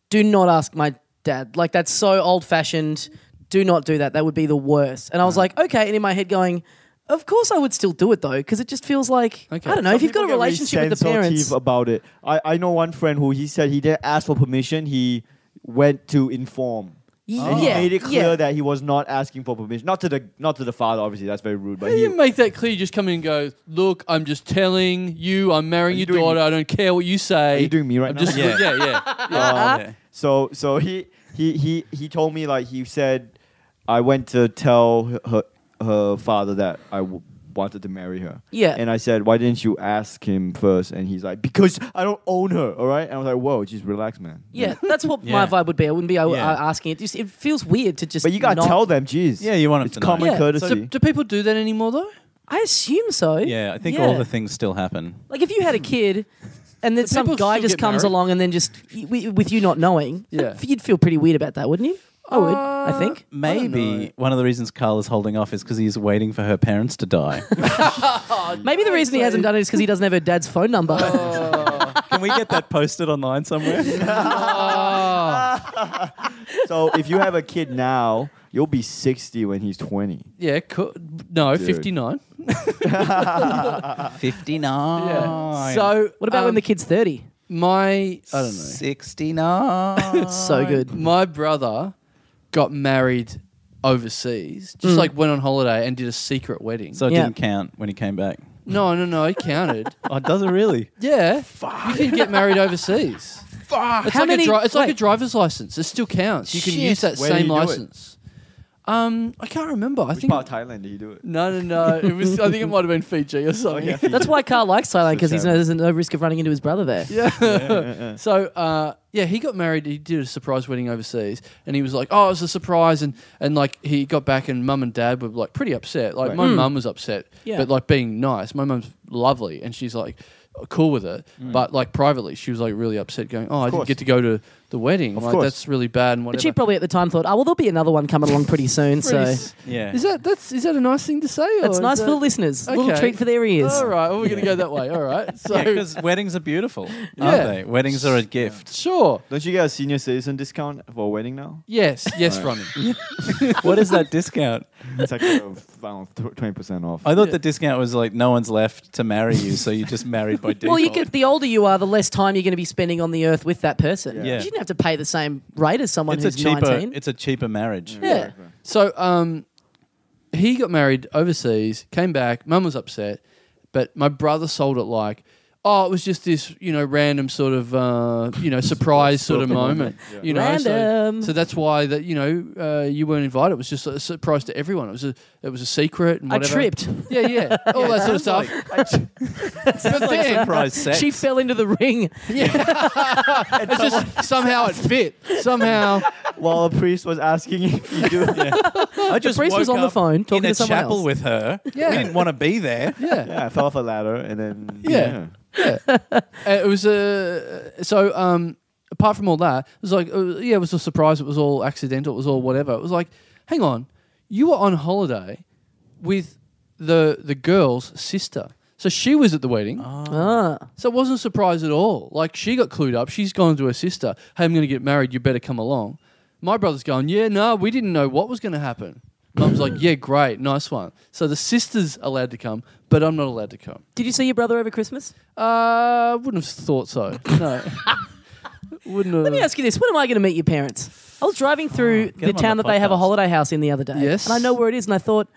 A: do not ask my dad. Like that's so old fashioned. Do not do that. That would be the worst. And I was like, okay. And in my head, going, of course I would still do it though, because it just feels like
B: Okay.
A: I don't know.
D: Some
A: if you've got a
D: people get really
A: relationship with the parents,
D: sensitive about it. I, I know one friend who he said he didn't ask for permission. He went to inform.
A: Y-
D: And
A: Oh. yeah,
D: he made it clear
A: yeah.
D: that he was not asking for permission. Not to the not to the father, obviously. That's very rude. But
B: How do
D: he,
B: you make that clear? You just come in and go, look, I'm just telling you, I'm marrying
D: Are
B: your
D: you doing-
B: daughter. I don't care what you say.
D: are you doing me right
B: I'm
D: now?
B: just,
C: Yeah.
B: yeah, yeah.
D: Uh,
C: Okay.
D: So so he he he he told me like he said I went to tell her her father that I w- wanted to marry her.
A: Yeah.
D: And I said, why didn't you ask him first? And he's like, because I don't own her. All right. And I was like, whoa, just relax, man.
A: Yeah, that's what
C: Yeah.
A: my vibe would be. I wouldn't be uh,
C: Yeah.
A: asking it. Just, it feels weird to just.
D: But you gotta
A: not-
D: tell them, jeez.
C: Yeah, you want 'em
D: it's
C: to know.
D: common
A: Yeah.
D: courtesy.
B: Do, do people do that anymore, though?
A: I assume so.
C: Yeah, I think
A: Yeah.
C: all the things still happen.
A: Like if you had a kid, and then
B: But
A: some
B: people
A: guy
B: still
A: just
B: get
A: comes
B: married.
A: along and then just y- wi- with you not knowing,
B: Yeah. Uh,
A: you'd feel pretty weird about that, wouldn't you? I would. I think.
C: Maybe one of the reasons Carl is holding off is because he's waiting for her parents to die.
A: Maybe the reason he hasn't done it is because he doesn't have her dad's phone number.
B: Uh,
C: Can we get that posted online somewhere?
A: Ah.
B: Uh,
D: so if you have a kid now, you'll be 60 when he's 20.
B: Yeah, cool. no,
D: Dude.
B: 59.
C: 59.
B: Yeah. So,
A: what about when
B: um,
A: the kid's thirty?
B: My, I don't know.
C: 69.
B: uh,
A: so good.
B: My brother got married overseas,
D: Hmm.
B: just like went on holiday and did a secret wedding.
C: So it
A: Yeah.
C: didn't count when he came back.
B: no, no, no, it counted.
C: Oh, does it really?
B: yeah, you can get married overseas. Fuck. It's,
A: How
B: like,
A: many-
B: a dri- it's like a
A: wait.
B: driver's license. It still counts. You can
D: Shit.
B: use that
D: Where do
B: same
D: you do it?
B: license. Um, I can't remember. I
D: Which
B: think
D: part of Thailand did he do it?
B: no, no, no. It was. I think it might have been Fiji or something.
D: Okay.
A: That's why Carl likes Thailand because he's
D: sad.
A: no, there's no risk of running into his brother there.
B: Yeah. So uh, yeah, he got married. He did a surprise wedding overseas, and he was like, "Oh, it was a surprise," and and like he got back, and mum and dad were like pretty upset. Like
D: Right.
B: my
A: Mm.
B: mum was upset,
A: Yeah.
B: but like being nice. My mum's lovely, and she's like cool with it, but like privately, she was like really upset, going, "Oh, I didn't
D: course.
B: get to go to the wedding.
D: Of
B: like
D: course.
B: that's really bad and
A: But
B: whatever.
A: she probably at the time thought, oh, well, there'll be another one coming along pretty soon. so
B: Pretty
A: that's
B: s-
C: Yeah.
B: Is that that's is that a nice thing to say? or is
A: nice for the
B: that-
A: listeners. A little
B: Okay.
A: treat for their ears.
B: All right, well, we're going to go that way. All right, so
C: because weddings are beautiful, aren't
B: Yeah.
C: they? Weddings are a gift.
B: sure.
D: Don't you get a senior citizen discount for a wedding now?
B: Yes, yes,
D: All
B: Ronnie.
C: what is that discount?
D: It's like uh, I don't know, twenty percent off.
C: I thought
B: Yeah.
C: the discount was like no one's left to marry you, so you're just married by default.
A: Well, you get the older you are, the less time you're going to be spending on the earth with that person.
D: Yeah. Yeah.
A: You didn't have to pay the same rate as someone
C: it's a
A: who's
C: cheaper.
A: 19.
C: It's a cheaper
D: Mm.
C: marriage.
A: Yeah.
B: So, um, he got married overseas, came back. Mum was upset, but my brother sold it like, oh, it was just this, you know, random sort of, uh, you know, surprise sort of moment. You know, so-
A: Random.
B: So, that's why that you know uh, you weren't invited. It was just a surprise to everyone. It was a it was a secret and
A: I
B: whatever.
A: tripped.
B: Yeah, yeah, all that sort of stuff. but then,
C: Surprise sex.
A: She fell into the ring.
B: yeah, it's just somehow it fit. Somehow,
D: While a priest was asking if you do, yeah,
C: I just
A: priest was
C: woke
A: on the
C: up
A: phone talking
C: in
A: to
C: a
A: someone
C: chapel
A: else.
C: with her.
B: Yeah.
C: We didn't want to be there.
B: yeah.
D: I fell off a ladder and then
B: Yeah. yeah. Uh, it was uh, so um apart from all that it was like uh, yeah it was a surprise it was all accidental it was all whatever it was like hang on you were on holiday with the the girl's sister so she was at the wedding
A: Ah.
B: so it wasn't a surprise at all like she got clued up she's gone to her sister hey i'm going to get married you better come along my brother's going yeah no we didn't know what was going to happen Mum's like, yeah, great, nice one. So the sister's allowed to come, but I'm not allowed to come.
A: Did you see your brother over Christmas?
B: Uh, wouldn't have thought so. No, wouldn't have.
A: Let me ask you this: When am I going to meet your parents? I was driving through the
C: Ah, them on
A: town
C: the
A: that they have a
C: podcast.
A: holiday house in the other day,
B: Yes.
A: and I know where it is. And I thought,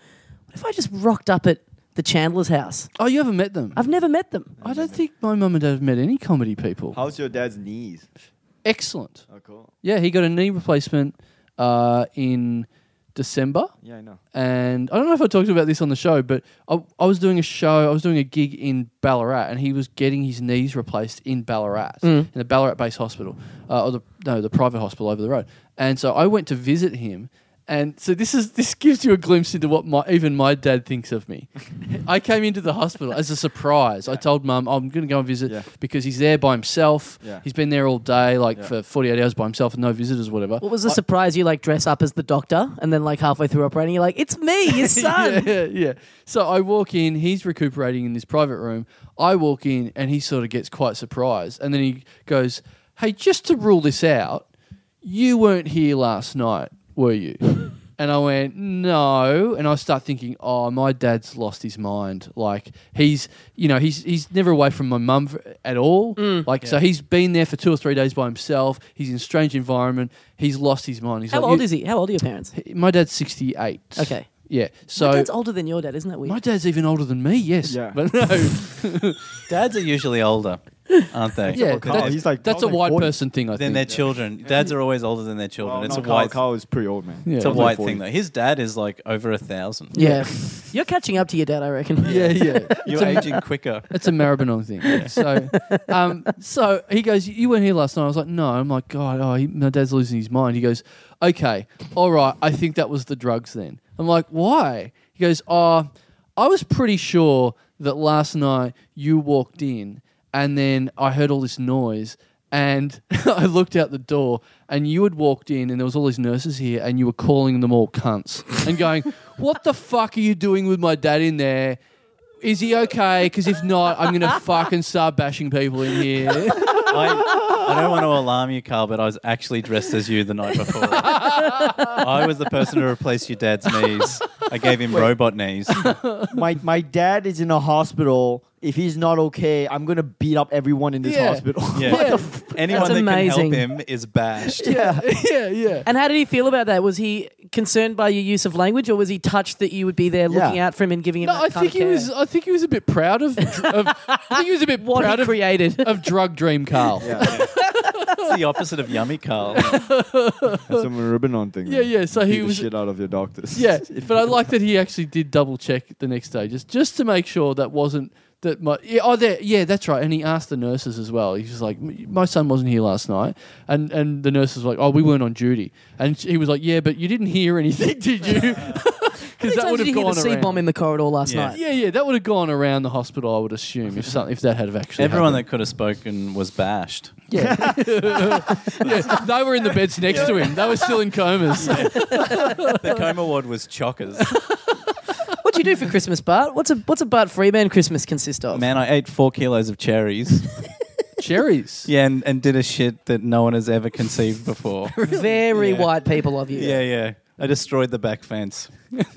A: what if I just rocked up at the Chandler's house?
B: Oh, you haven't met them. I've,
A: I've never met them.
B: I do not think my mum and dad have met any comedy
C: Oh.
B: people.
D: How's your dad's knees?
B: Excellent.
D: Oh, cool.
B: Yeah, he got a knee replacement uh, in December,
D: Yeah, I know.
B: and I don't know if I talked about this on the show, but I, I was doing a show. I was doing a gig in Ballarat, and he was getting his knees replaced in Ballarat in
D: Mm.
B: the Ballarat-based hospital, uh, or the no, the private hospital over the road. And so I went to visit him. And so this is this gives you a glimpse into what my even my dad thinks of me. I came into the hospital as a surprise. I told mum I'm going to go and visit
D: Yeah.
B: because he's there by himself.
D: Yeah.
B: He's been there all day, like
D: Yeah.
B: for 48 hours by himself, and no visitors, whatever.
A: What was the surprise? You like dress up as the doctor, and then like halfway through operating, you're like, "It's me, your son."
B: Yeah, yeah, yeah. So I walk in, he's recuperating in this private room. I walk in and he sort of gets quite surprised. And then he goes, Hey, just to rule this out, you weren't here last night, were you? And I went, no. And I start thinking, oh, my dad's lost his mind. Like he's, you know, he's he's never away from my mum for- at all.
A: Mm.
B: Like so, he's been there for two or three days by himself. He's in a strange environment. He's lost his mind. He's
A: How
B: like,
A: old
B: you-
A: is he? How old are your parents?
B: My dad's sixty-eight.
A: Okay.
B: Yeah. So
A: My dad's older than your dad, isn't that weird?
B: my dad's even older than me. Yes.
D: Yeah.
B: But no.
C: Dads are usually older, aren't they?
B: yeah.
D: Carl,
B: That's,
D: he's like-
B: that's a
D: Carl's like
B: white
D: 40.
B: person thing. I
C: Than their
B: think.
C: children. Dads are always older than their children.
D: Well,
C: Oh, it's
D: no,
C: a
D: Kyle-
C: white.
D: Kyle is pretty old, man.
B: Yeah.
C: It's a
D: Kyle's like
C: white
D: 40.
C: thing though. His dad is like over a thousand.
A: yeah, you're catching up to your dad, I reckon.
B: Yeah. Yeah.
C: You're aging quicker.
B: It's a Maribyrnong thing. So, um, so he goes, "You weren't here last night." I was like, "No." I'm like, "God, oh, he, my dad's losing his mind." He goes, "Okay, all right. I think that was the drugs." Then I'm like, "Why?" He goes, "Oh, I was pretty sure that last night you walked in, and then I heard all this noise." And I looked out the door, and you had walked in, and there was all these nurses here, and you were calling them all cunts, and going, "What the fuck are you doing with my dad in there? Is he okay? Because if not, I'm gonna fucking start bashing people in here.
C: I, I don't want to alarm you, Carl, but I was actually dressed as you the night before. I was the person who replaced your dad's knees. I gave him robot knees.
E: my my dad is in a hospital. If he's not okay, I'm gonna beat up everyone in this
B: Yeah.
E: hospital.
C: Yeah. Anyone
A: That's
C: that
A: amazing.
C: can help him is bashed.
B: yeah, yeah, yeah.
A: And how did he feel about that? Was he concerned by your use of language, or was he touched that you would be there looking out for him and giving him?
B: No,
A: that
B: I
A: kind
B: think
A: of
B: he
A: care?
B: was. I think he was a bit proud of. of I think he was a bit
A: what
B: proud
A: he
B: of,
A: created.
B: of drug dream Carl. Yeah.
D: Yeah,
C: It's the opposite of yummy, Carl.
D: that's some ribbon on thing.
B: Yeah,
D: man.
B: yeah, so
D: You
B: he
D: beat the
B: was-
D: shit out of your doctors.
B: but I like that he actually did double check the next day just just to make sure that wasn't that my yeah, oh there yeah that's right and he asked the nurses as well. He was like "M- my son wasn't here last night and and the nurses were like oh we weren't on duty and he was like yeah but you didn't hear anything did you? because that
A: times
B: would
A: did
B: have
A: you hear
B: gone
A: the C bomb
B: around.
A: in the corridor last
C: Yeah.
A: night?
B: yeah, yeah, that would have gone around the hospital. I would assume if something if that had have actually
C: Everyone
B: happened.
C: that could have spoken was bashed.
B: yeah, they were in the beds next to him. They were still in comas.
C: the coma ward was chockers.
A: What'd you do for Christmas, Bart? What's a what's a Bart Freeman Christmas consist of?
C: Man, I ate four kilos of cherries.
B: Cherries.
C: yeah, and, and did a shit that no one has ever conceived before.
A: Very
C: Yeah.
A: white people of you.
C: yeah, yeah. I destroyed the back fence.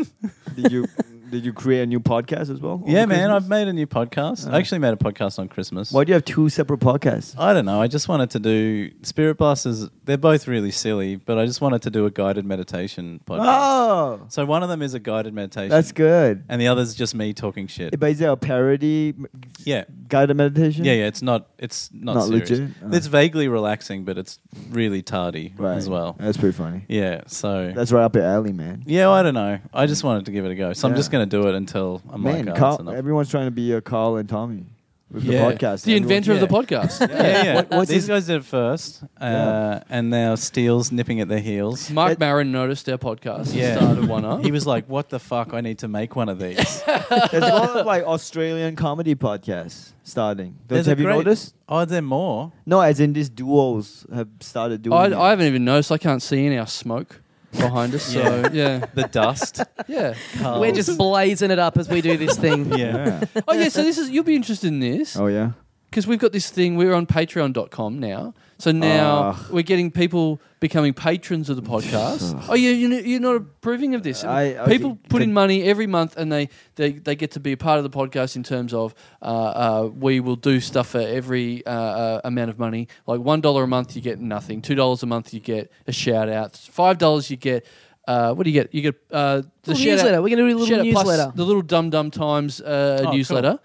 D: Did you did you create a new podcast as well?
C: yeah,
D: over
C: man.
D: Christmas?
C: I've made a new podcast. I actually made a podcast on Christmas.
D: Why do you have two separate podcasts?
C: I don't know. I just wanted to do Spirit Blasters. They're both really silly, but I just wanted to do a guided meditation podcast.
D: Oh,
C: So one of them is a guided meditation.
D: that's good.
C: And the other's just me talking shit.
D: But is there a parody m-
C: Yeah.
D: guided meditation?
C: Yeah, yeah, it's not it's not,
D: Not
C: serious.
D: legit? Oh.
C: It's vaguely relaxing, but it's really tardy as well.
D: That's pretty funny.
C: Yeah, so
D: That's right up your alley, man.
C: yeah, I don't know. I just wanted to give it a go, so I'm
D: Yeah.
C: just going to do it until I'm
D: man,
C: like, oh,
D: Carl-
C: it's enough.
D: everyone's trying to be a Carl and Tommy with
C: Yeah.
D: the podcast.
B: The
D: Everyone's-
B: inventor of the podcast,
C: yeah, yeah.
D: What- what's
C: These
D: his-
C: guys did it first, uh,
D: Yeah.
C: and now Steele's nipping at their heels.
B: Mark Maron noticed our podcast.
C: Yeah.
B: and started one up.
C: He was like, "What the fuck? I need to make one of these."
D: There's a lot of like Australian comedy podcasts starting. Don't,
C: There's a
D: have you
C: great-
D: noticed?
C: Are there Oh, more?
D: No, as in these duos have started doing.
B: I,
D: it.
B: I haven't even noticed. I can't see any our smoke behind us. So yeah,
C: The dust.
B: yeah.
A: We're just blazing it up as we do this thing.
C: yeah.
B: Oh yeah. So this is you'll be interested in this
D: Oh yeah.
B: because we've got this thing. We're on Patreon.com now. So now
D: Ugh.
B: we're getting people becoming patrons of the podcast. oh yeah, you, you're not approving of this.
D: I- I
B: people
D: think
B: put in
D: the-
B: money every month and they, they, they get to be a part of the podcast in terms of uh, uh, we will do stuff for every uh, uh, amount of money. Like one dollar a month, you get nothing. Two dollars a month, you get a shout out. Five dollars, you get. Uh, what do you get? You get uh, the
A: Little
B: shout out-
A: newsletter. We're gonna do a little
B: shout out plus
A: newsletter. Oh,
B: the little Dum Dum Times uh,
C: cool.
B: newsletter.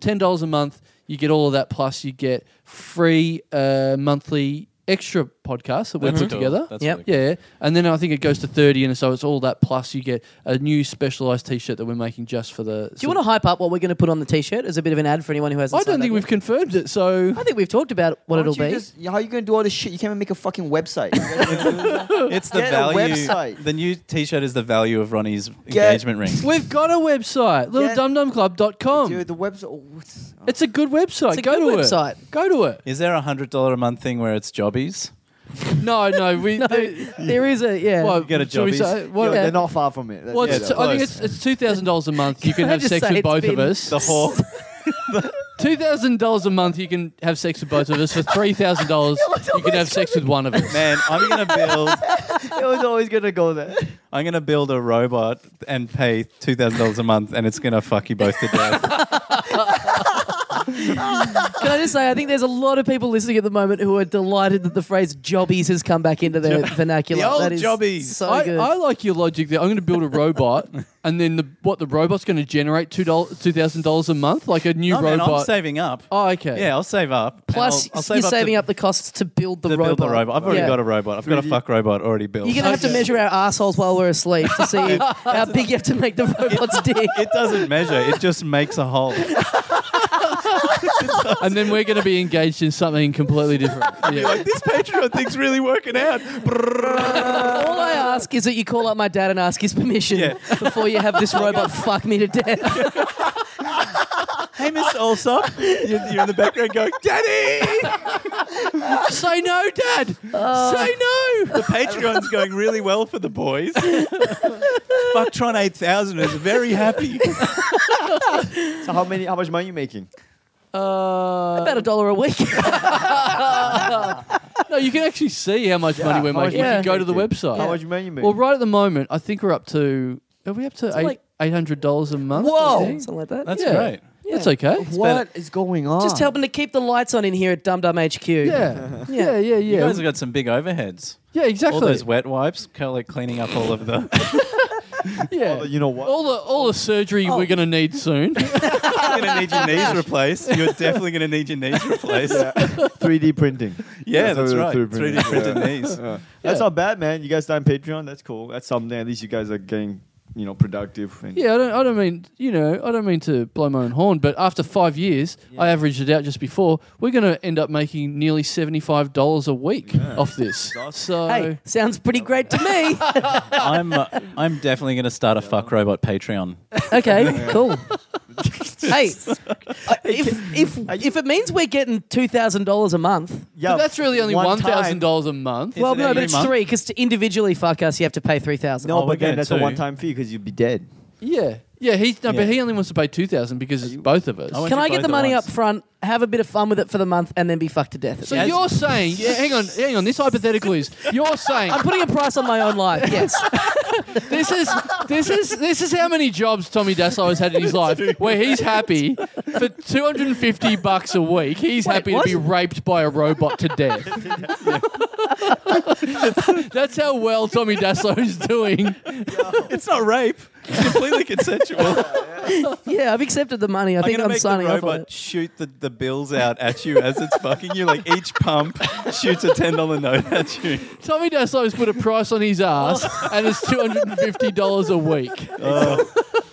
B: Ten dollars a month, you get all of that. Plus, you get free uh, monthly extra podcasts that we
C: That's
B: put
C: cool.
B: together.
C: That's
A: Yep.
C: really cool.
B: Yeah, and then I think it goes to thirty, and so it's all that. Plus, you get a new specialized T-shirt that we're making just for the.
A: Do you want to hype up what we're going to put on the T-shirt as a bit of an ad for anyone who hasn't?
B: I don't
A: signed
B: think
A: up
B: we've confirmed it, so
A: yet? I think we've talked about what
E: Why
A: it'll
E: don't you
A: be.
E: just- how are you going to do all this shit? You can't even make a fucking website.
C: It's the
E: Get a
C: value.
E: website.
C: The new T-shirt is the value of Ronnie's
E: Get-
C: engagement ring.
B: we've got a website, littledumdumclub.com.
E: Dude, the website. oh, what's-
B: It's a good website.
A: It's a
B: Go
A: good
B: to
A: website.
B: it. Go to it.
C: Is there a hundred dollar a month thing where it's jobbies?
B: No, no, we.
A: no, there is a yeah.
B: well,
C: get a
B: shall we
C: jobbies.
B: say-
D: Yo,
B: what-
A: Yeah.
D: They're not far from it. That's-
B: Well,
C: Yeah,
B: it's,
C: yeah.
B: I think it's,
C: Close.
B: it's two thousand dollars a month. You can
A: I
B: have
A: just
B: sex
A: say
B: with
A: it's
B: both of
A: been-
B: us.
C: The whore.
B: Two thousand dollars a month. You can have sex with both of us. For three thousand dollars, you can have sex with one of us.
C: Man, I'm gonna build.
D: it was always gonna go there.
C: I'm gonna build a robot and pay two thousand dollars a month, and it's gonna fuck you both to death.
A: Can I just say, I think there's a lot of people listening at the moment who are delighted that the phrase "jobbies" has come back into their vernacular.
C: The old
A: That is
C: jobbies.
A: so
B: I,
A: good.
B: I like your logic there. I'm going to build a robot, and then the, what the robot's going to generate two thousand dollars a month, like a new
C: No, Oh, man,
B: robot.
C: I'm saving up.
B: oh, okay.
C: Yeah, I'll save up. and
A: Plus,
C: I'll, I'll save
A: you're
C: up to-
A: saving up the costs to build the
C: to
A: robot.
C: build the robot. I've already
A: Yeah.
C: got a robot. I've got a fuck robot already built.
A: You're gonna have to
B: Okay.
A: measure our assholes while we're asleep to see if- how big you have to make the robot's dick.
C: it doesn't measure. It just makes a hole.
B: And then we're going to be engaged in something completely different. Yeah.
C: this Patreon thing's really working out.
A: All I ask is that you call up my dad and ask his permission
C: Yeah. Uh,
A: before you have this robot fuck me to death.
C: hey, Miss Olsop, you're, you're in the background going, "Daddy."
B: Say no, Dad.
A: Oh.
B: Say no.
C: The Patreon's going really well for the boys. Fucktron eight thousand is very happy.
D: So how many? How much money are you making?
B: Uh,
A: About a dollar a week.
B: no, you can actually see how much money we're
D: how much
B: making
A: money
B: if you
A: we're
B: go to the
D: making.
B: website.
D: How much money you making?
B: Well, right at the moment, I think we're up to. Are we up to eight
A: like-
B: eight hundred dollars a month? I think?
A: Something like that.
C: Oh. That's
B: Yeah.
C: great.
B: That's okay.
E: What is going on?
A: Just helping to keep the lights on in here at Dum Dum HQ.
B: Yeah, yeah, yeah,
C: You
B: yeah.
C: guys have got some big overheads.
B: yeah, exactly.
C: All those wet wipes, kind of like cleaning up all of the.
B: yeah.
D: Well, you know what?
B: all the all the surgery we're gonna need soon.
C: You're gonna need your knees replaced. You're definitely gonna need your knees replaced. Yeah,
D: 3D printing. Uh,
C: that's,
D: what
C: right.
D: we're
C: 3D printed knees.
D: Yeah. That's not bad, man. You guys done Patreon? That's cool. That's something. At least you guys are getting
F: you know, productive. And
B: Yeah, I don't, I don't mean you know, I don't mean to blow my own horn, but after five years, I averaged it out just before. We're going to end up making nearly seventy-five dollars a week off this. So
A: Hey, sounds pretty great to me.
C: I'm uh, I'm definitely going to start a fuck robot Patreon.
A: okay, cool. hey, I- if if if it means we're getting two thousand dollars a month,
D: Yeah,
B: but that's really only
D: one
B: one
D: time.
B: thousand dollars a month.
A: well,
C: it
A: no, but
C: every
A: it's
C: month?
A: three because to individually fuck us, you have to pay three thousand.
D: No,
C: Oh, we're
D: but then
C: getting
D: that's a
C: two.
D: one-time fee because you'd be dead.
B: yeah, yeah. He no,
F: Yeah.
B: but he only wants to pay two thousand because it's both of us.
C: I want
A: Can
C: you
A: I
C: both
A: get the
C: at
A: money
C: once.
A: up front, have a bit of fun with it for the month, and then be fucked to death? at
B: So
A: the end?
B: you're saying, yeah, hang on, hang on. This hypothetical is you're saying
A: I'm putting a price on my own life. Yes.
B: this is this is this is how many jobs Tommy Daslow has had in his life where he's happy for 250 bucks a week. He's happy
A: what?
B: to be raped by a robot to death. That's how well Tommy Daslow's doing.
C: It's not rape. It's completely consensual.
A: yeah, I've accepted the money. I think
C: I'm gonna
A: I'm
C: make
A: signing
C: the
A: off
C: robot
A: on it.
C: shoot the, the bills out at you as it's fucking you. Like each pump shoots a ten dollar note at you.
B: Tommy Daslow's put a price on his ass and it's 250 dollars a week.
D: Uh,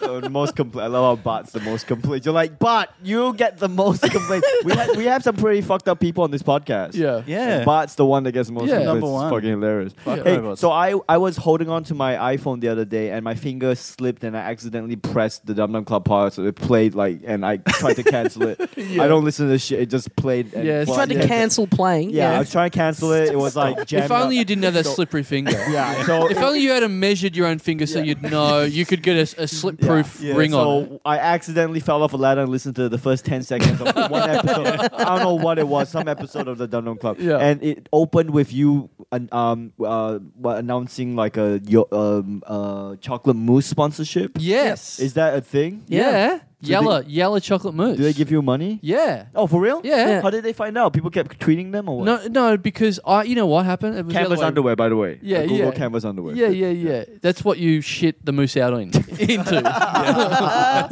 D: the most compl- I love how Bart's the most complete. You're like, Bart, you get the most complaints. we, ha- we have some pretty fucked up people on this podcast.
B: Yeah.
C: Yeah.
D: And Bart's the one that gets the most
B: Yeah.
D: complaints.
C: Number
D: It's
C: one.
D: fucking hilarious.
B: Fuck
D: Hey,
C: robots.
D: so I, I was holding on to my iPhone the other day and my finger slipped and I accidentally pressed the Dum Dum Club part so it played like and I tried to cancel it. I don't listen to this shit. It just played. And
B: Yeah, it's-
A: You
D: fucked
A: tried to
D: it.
A: cancel playing.
D: Yeah, I
A: Yeah.
D: was trying to cancel it. It was like
B: If
D: jammed
B: only
D: up.
B: you didn't have that slippery finger.
D: yeah, so
B: If only you had a measured your own finger so you'd know you could get a, a slip proof
D: Yeah,
B: ring
D: so
B: on. it.
D: I accidentally fell off a ladder and listened to the first 10 seconds of one episode. I don't know what it was, some episode of the Dundon Club.
B: Yeah.
D: And it opened with you an- um, uh, what, announcing like a yo- um, uh, chocolate mousse sponsorship.
B: Yes.
D: Is that a thing?
B: Yeah.
D: Do
B: Yellow, yellow chocolate mousse.
D: Do they give you money?
B: Yeah.
D: Oh, for real?
B: Yeah.
D: How did they find out? People kept tweeting them or what?
B: No, no, because I, you know what happened? It was the
D: Canvas
B: other way-
D: underwear, by the way.
B: Yeah,
D: The Google
B: yeah.
D: canvas underwear.
B: Yeah, yeah, yeah. That's what you shit the moose out in, into. yeah.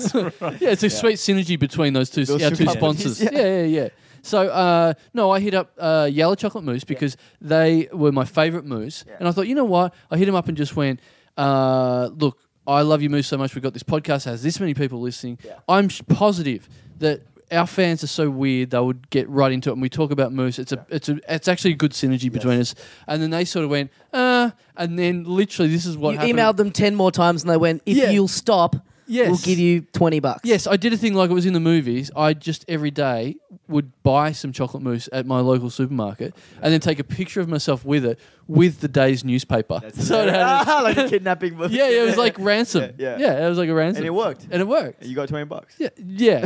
B: it's a sweet synergy between those two,
D: Those
B: our
D: two
B: two
D: companies,
B: sponsors. Yeah, yeah, yeah. So uh, no, I hit up uh, Yellow Chocolate Mousse because they were my favorite mousse, and I thought, you know what? I hit him up and just went, uh, look, I love you, Moose, so much. We've got this podcast that has this many people listening. I'm sh- positive that. Our fans are so weird; they would get right into it, and we talk about Moose. It's a, it's a, it's actually a good synergy between us. And then they sort of went, uh, and then literally, this is what
A: you
B: happened.
A: emailed them 10 more times and they went, if
B: Yeah.
A: you'll stop,
B: Yes.
A: we'll give you 20 bucks.
B: Yes, I did a thing like it was in the movies. I just every day would buy some chocolate mousse at my local supermarket and then take a picture of myself with it with the day's newspaper. so it had,
D: like a kidnapping movie.
B: yeah, yeah, it was like ransom.
D: Yeah,
B: Yeah,
D: yeah.
B: it was like a ransom.
D: And it worked.
B: And it worked.
D: And you got 20 bucks.
B: Yeah, yeah,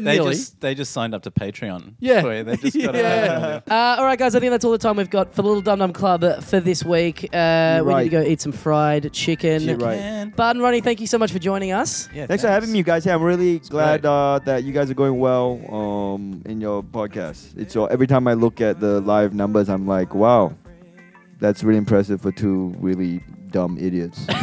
B: nearly.
C: just, they just signed up to Patreon.
B: Yeah.
C: Sorry, they just got
B: Yeah.
C: yeah.
A: Uh, all right, guys, I think that's all the time we've got for the Little Dum Dum Club uh, for this week. Uh, We
D: right.
A: need to go eat some fried chicken.
D: You're right.
A: Bart and Ronnie, thank you so much for joining us.
C: Yeah,
D: Thanks for having me, you guys. Hey, I'm really glad
C: great.
D: uh, that you guys are going well um, in your podcast. It's your, every time I look at the live numbers, I'm like, wow, that's really impressive for two really dumb idiots.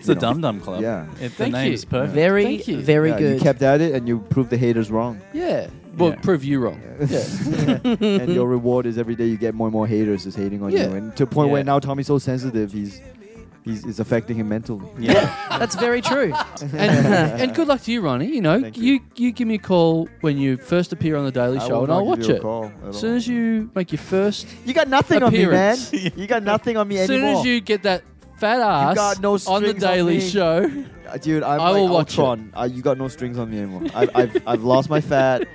C: It's the Dum Dum Club.
D: Yeah.
C: It, the
B: Thank
C: name's
B: you.
C: perfect.
A: Very,
B: Thank you.
A: very
D: Yeah,
A: good.
D: You kept at it and you proved the haters wrong.
B: yeah. Well,
C: Yeah.
B: prove you wrong. Yeah.
D: and your reward is every day you get more and more haters just hating on
B: Yeah.
D: you, and to a point where
C: Yeah.
D: now Tommy's so sensitive, he's he's it's affecting him mentally.
C: Yeah.
A: that's very true.
B: and, and good luck to you, Ronnie. You know,
D: Thank
B: you. you give me a call when you first appear on the Daily
D: I
B: Show,
D: will
B: and
D: not
B: I'll
D: give
B: watch
D: you a
B: it.
D: call at
B: As soon
D: all.
B: as you make your first
D: You got nothing
B: Appearance.
D: on me, man. You got nothing on me
B: As soon
D: anymore.
B: as you get that fat ass
D: got no
B: on the
D: strings on
B: Daily
D: me.
B: Show,
D: Uh, Dude, I'm
B: I
D: like
B: will watch
D: Ultron. Uh, you got no strings on me anymore. I, I've, I've lost my fat.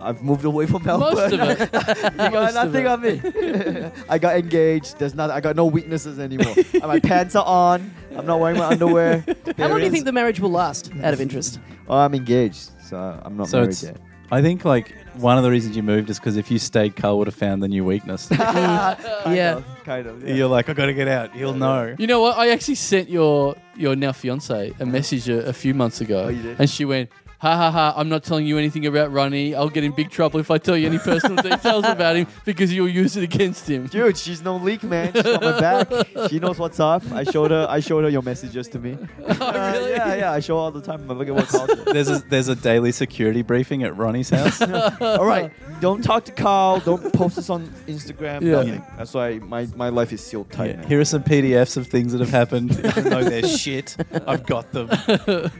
D: I've moved away from Melbourne.
B: most of it.
D: you got
B: most of
D: nothing
B: it.
D: on me. I got engaged. There's not. I got no weaknesses anymore. Uh, my pants are on. I'm not wearing my underwear.
A: How long do you think the marriage will last, out of interest?
D: Oh, I'm engaged, so I'm not
C: So
D: married
C: it's-
D: yet.
C: I think like one of the reasons you moved is because if you stayed, Carl would have found the new weakness.
D: Kind
A: yeah.
D: of, kind of. yeah.
C: You're like, I got to get out. He'll know.
B: You know what? I actually sent your your now fiance a message a, a few months ago,
D: Oh, you did?
B: and she went, ha ha ha, I'm not telling you anything about Ronnie. I'll get in big trouble if I tell you any personal details about him because you'll use it against him.
D: Dude, she's no leak, man. She's on my back. She knows what's up. I showed her. I showed her your messages to me. Uh,
B: really?
D: yeah, yeah. I show her all the time. Look at what Carl said.
C: There's a, there's a daily security briefing at Ronnie's house.
D: All right, don't talk to Carl. Don't post this on Instagram.
B: Yeah.
D: Nothing. That's why my, my life is sealed tight.
C: Yeah.
D: man.
C: Here are some PDFs of things that have happened. Even though they're shit, I've got them.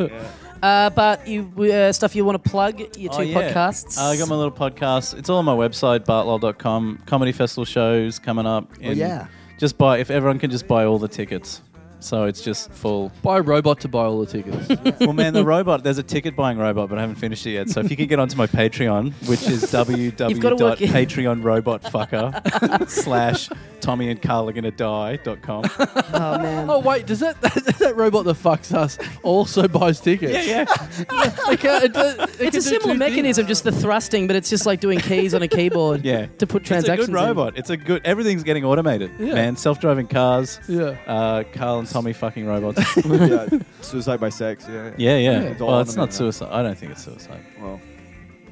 A: Uh, but you uh, stuff you want to plug your two
C: Oh, yeah.
A: podcasts.
C: Uh, I got my little podcast. It's all on my website, bartlol.com. Comedy festival shows coming up.
D: Oh,
C: in-
D: yeah.
C: Just buy, if everyone can just buy all the tickets. So it's just full.
B: Buy a robot to buy all the tickets.
C: well, man, the robot, there's a ticket buying robot, but I haven't finished it yet. So if you can get onto my Patreon, which is
A: gotta work it-
C: www.patreonrobotfucker slash Tommy and Carl are gonna die dot com.
A: oh man.
B: Oh wait, does that, that that robot that fucks us also buys tickets?
C: yeah.
B: It can- it does- it can
A: It's
B: do
A: a similar
B: two
A: mechanism, just the thrusting, but it's just like doing keys on a keyboard.
C: Yeah.
A: To put transactions.
C: It's a
A: in.
C: good robot. It's a good. Everything's getting automated.
B: Yeah.
C: Man, self-driving cars.
B: Yeah.
C: Uh, Carl and Tommy fucking robots.
D: yeah. Suicide by sex. Yeah.
C: yeah, yeah.
D: It's all
C: well, it's
D: automated
C: not
D: now.
C: suicide. I don't think it's suicide.
D: Well,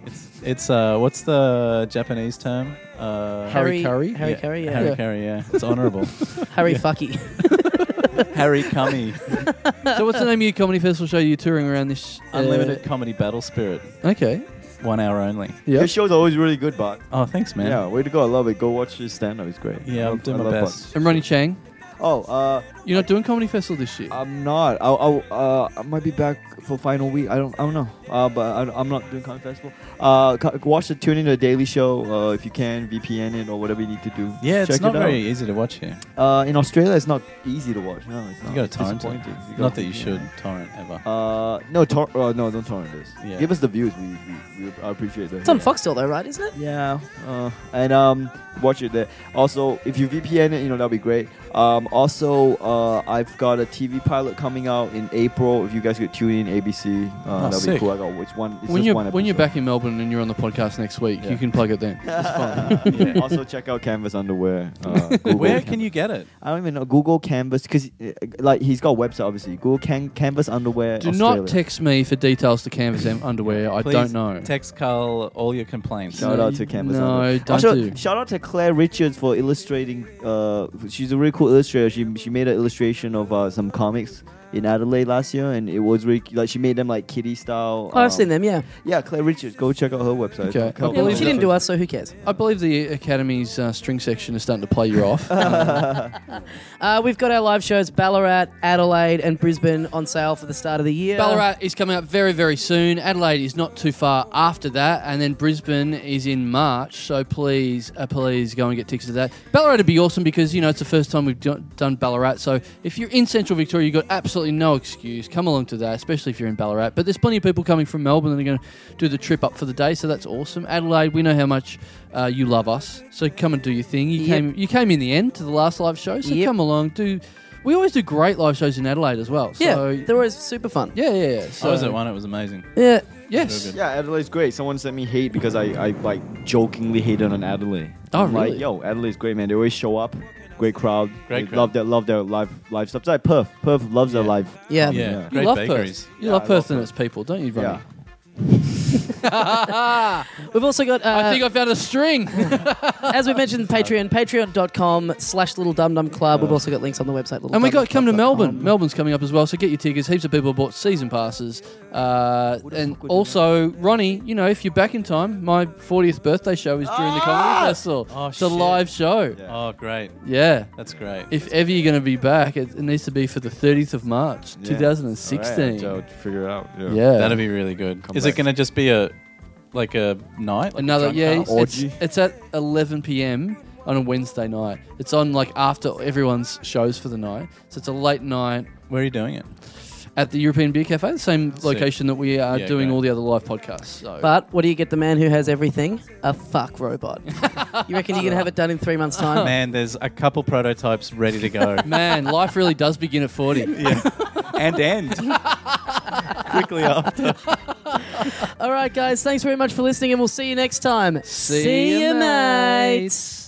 C: It's it's uh, what's the Japanese term? Uh,
A: Harry
B: Harry Curry?
A: Harry
C: yeah,
A: Curry, yeah.
C: Harry
B: Yeah.
C: Curry. Yeah. It's honourable.
A: Harry Fucky.
C: Harry Cummy.
B: things. So what's the name of your comedy festival show you're touring around this? uh,
C: Unlimited comedy battle spirit.
B: Okay.
C: One hour only.
B: Yeah.
D: Your show's always really good, but
C: Oh, thanks, man.
D: yeah, way to go. I love it. Go watch his stand up. It's great.
C: Yeah, I'll do
D: I
C: my
D: love
C: best.
B: And Ronnie Chang,
D: Bond. Oh, uh,
B: you're not doing comedy festival this year.
D: I'm not. I, I, uh, I might be back for final week. I don't. I don't know. Uh, but I, am not doing comedy festival. Uh, co- watch the tune in to the Daily Show uh, if you can VPN it or whatever you need to do.
C: Yeah, it's
D: Check
C: not
D: it
C: very easy to watch here.
D: out. Uh, in Australia, it's not easy to watch. No, it's not.
C: You got
D: It's
C: to torrent it.
D: disappointing. gotta
C: Not that you
D: VPN
C: should
D: it.
C: torrent ever.
D: Uh, no, tor- uh, no, don't torrent this.
C: Yeah.
D: Give us the views. We, we, we I appreciate that.
A: It's on Foxtel though, right? Isn't it?
D: Yeah, uh, and um, watch it there. Also, if you VPN it, you know that'll be great. Um, also, uh, I've got a TV pilot coming out in April. If you guys could tune in, ABC, uh,
C: Oh,
D: that'll
C: sick.
D: be cool. I got it's one. It's
B: when
D: just
B: you're
D: one
B: when you're
D: episode.
B: back in Melbourne and you're on the podcast next week,
D: Yeah.
B: you can plug it then.
D: Yeah. also, check out Canvas Underwear. Uh, Google
C: Where
D: Canvas.
C: can you get it?
D: I don't even know Google Canvas because like he's got a website obviously. Google can- Canvas Underwear.
B: Do
D: Australia.
B: not text me for details to canvas M underwear. I
C: Please
B: don't know.
C: Text Carl all your complaints.
D: Shout out to Canvas.
B: No,
D: Underwear.
B: don't
D: Also,
B: do.
D: Shout out to Claire Richards for illustrating. Uh, she's a really cool illustrator. She she made an illustration of uh, some comics in Adelaide last year, and it was really like she made them like kitty style.
A: Oh, I've seen
D: that.
A: them. Yeah.
D: Yeah, Claire Richards. Go check out her website.
B: Okay.
D: Go-
B: I
A: Yeah, well,
B: believe
A: she didn't do us, so who cares?
B: I believe the academy's uh, string section is starting to play you off.
A: Uh, we've got our live shows Ballarat, Adelaide, and Brisbane on sale for the start of the year.
B: Ballarat is coming out very, very soon. Adelaide is not too far after that, and then Brisbane is in March. So please, uh, please go and get tickets to that. Ballarat would be awesome because you know it's the first time we've do- done Ballarat. So if you're in Central Victoria, you've got absolutely no excuse. Come along to that, especially if you're in Ballarat. But there's plenty of people coming from Melbourne that are going to do the trip up for the day, so that's awesome. Adelaide, we know how much uh, you love us, so come and do your thing. You
A: Yep.
B: came, you came in the end to the last live show, so
A: Yep.
B: come along. Do we always do great live shows in Adelaide as well?
A: Yeah,
B: So
A: they're always super fun.
B: yeah, yeah, yeah. So,
C: I was at one. It was amazing.
A: Yeah.
B: Yes.
C: Very
D: Yeah, Adelaide's great. Someone sent me hate because I, I like jokingly hated on Adelaide.
B: Oh,
D: I'm
B: really?
D: Like, yo, Adelaide's great, man. They always show up. Great crowd.
C: Great
D: They
C: crowd.
D: Love their love their live live stuff. It's like Perth. Perth loves their
C: Yeah.
D: live.
A: Yeah.
D: comedy,
C: Yeah.
B: You
C: Great
B: love
C: bakeries.
B: Perth. You
D: Yeah,
B: love
D: I
B: Perth
D: love
B: and
D: Perth.
B: its people, don't you, Ronnie?
D: Yeah.
A: We've also got, uh,
B: I think I found a string.
A: as we mentioned, Patreon, patreon.com slash little dum dum club. We've also got links on the website. Little
B: and we
A: Dum
B: got come to
A: Dum
B: Melbourne.
A: Club.com.
B: Melbourne's coming up as well, so get your tickets. Heaps of people bought season passes. Uh, and also, Ronnie, you know, if you're back in time, my 40th birthday show is during the comedy festival.
C: Oh,
B: it's a
C: shit.
B: live show. Yeah.
D: Ah! Yeah.
C: Oh, great. That's great.
B: If ever you're going to be back, it, it needs to be for the 30th of March,
D: Yeah. All
B: 2016.
D: right, I'll figure it out.
B: yeah.
C: That'd be really good. Is it
D: back.
C: going to just be a like a night? Like a
B: Another
C: drunk
B: yeah,
C: house?
B: it's,
D: orgy.
B: it's- it's at 11 p.m. on a Wednesday night. It's on like after everyone's shows for the night, so it's a late night
C: Where are you doing it?
B: at the European Beer Cafe, the same location that we are
C: Yeah,
B: doing
C: great.
B: all the other live podcasts. So
A: But what do you get the man who has everything? A fuck robot. you reckon you're going to have it done in three months' time?
C: Man, there's a couple prototypes ready to go
B: man, life really does begin at 40.
C: and end quickly after.
A: All right, guys. Thanks very much for listening, and we'll see you next time.
B: See
A: ya,
B: ya,
A: mates.
B: mates.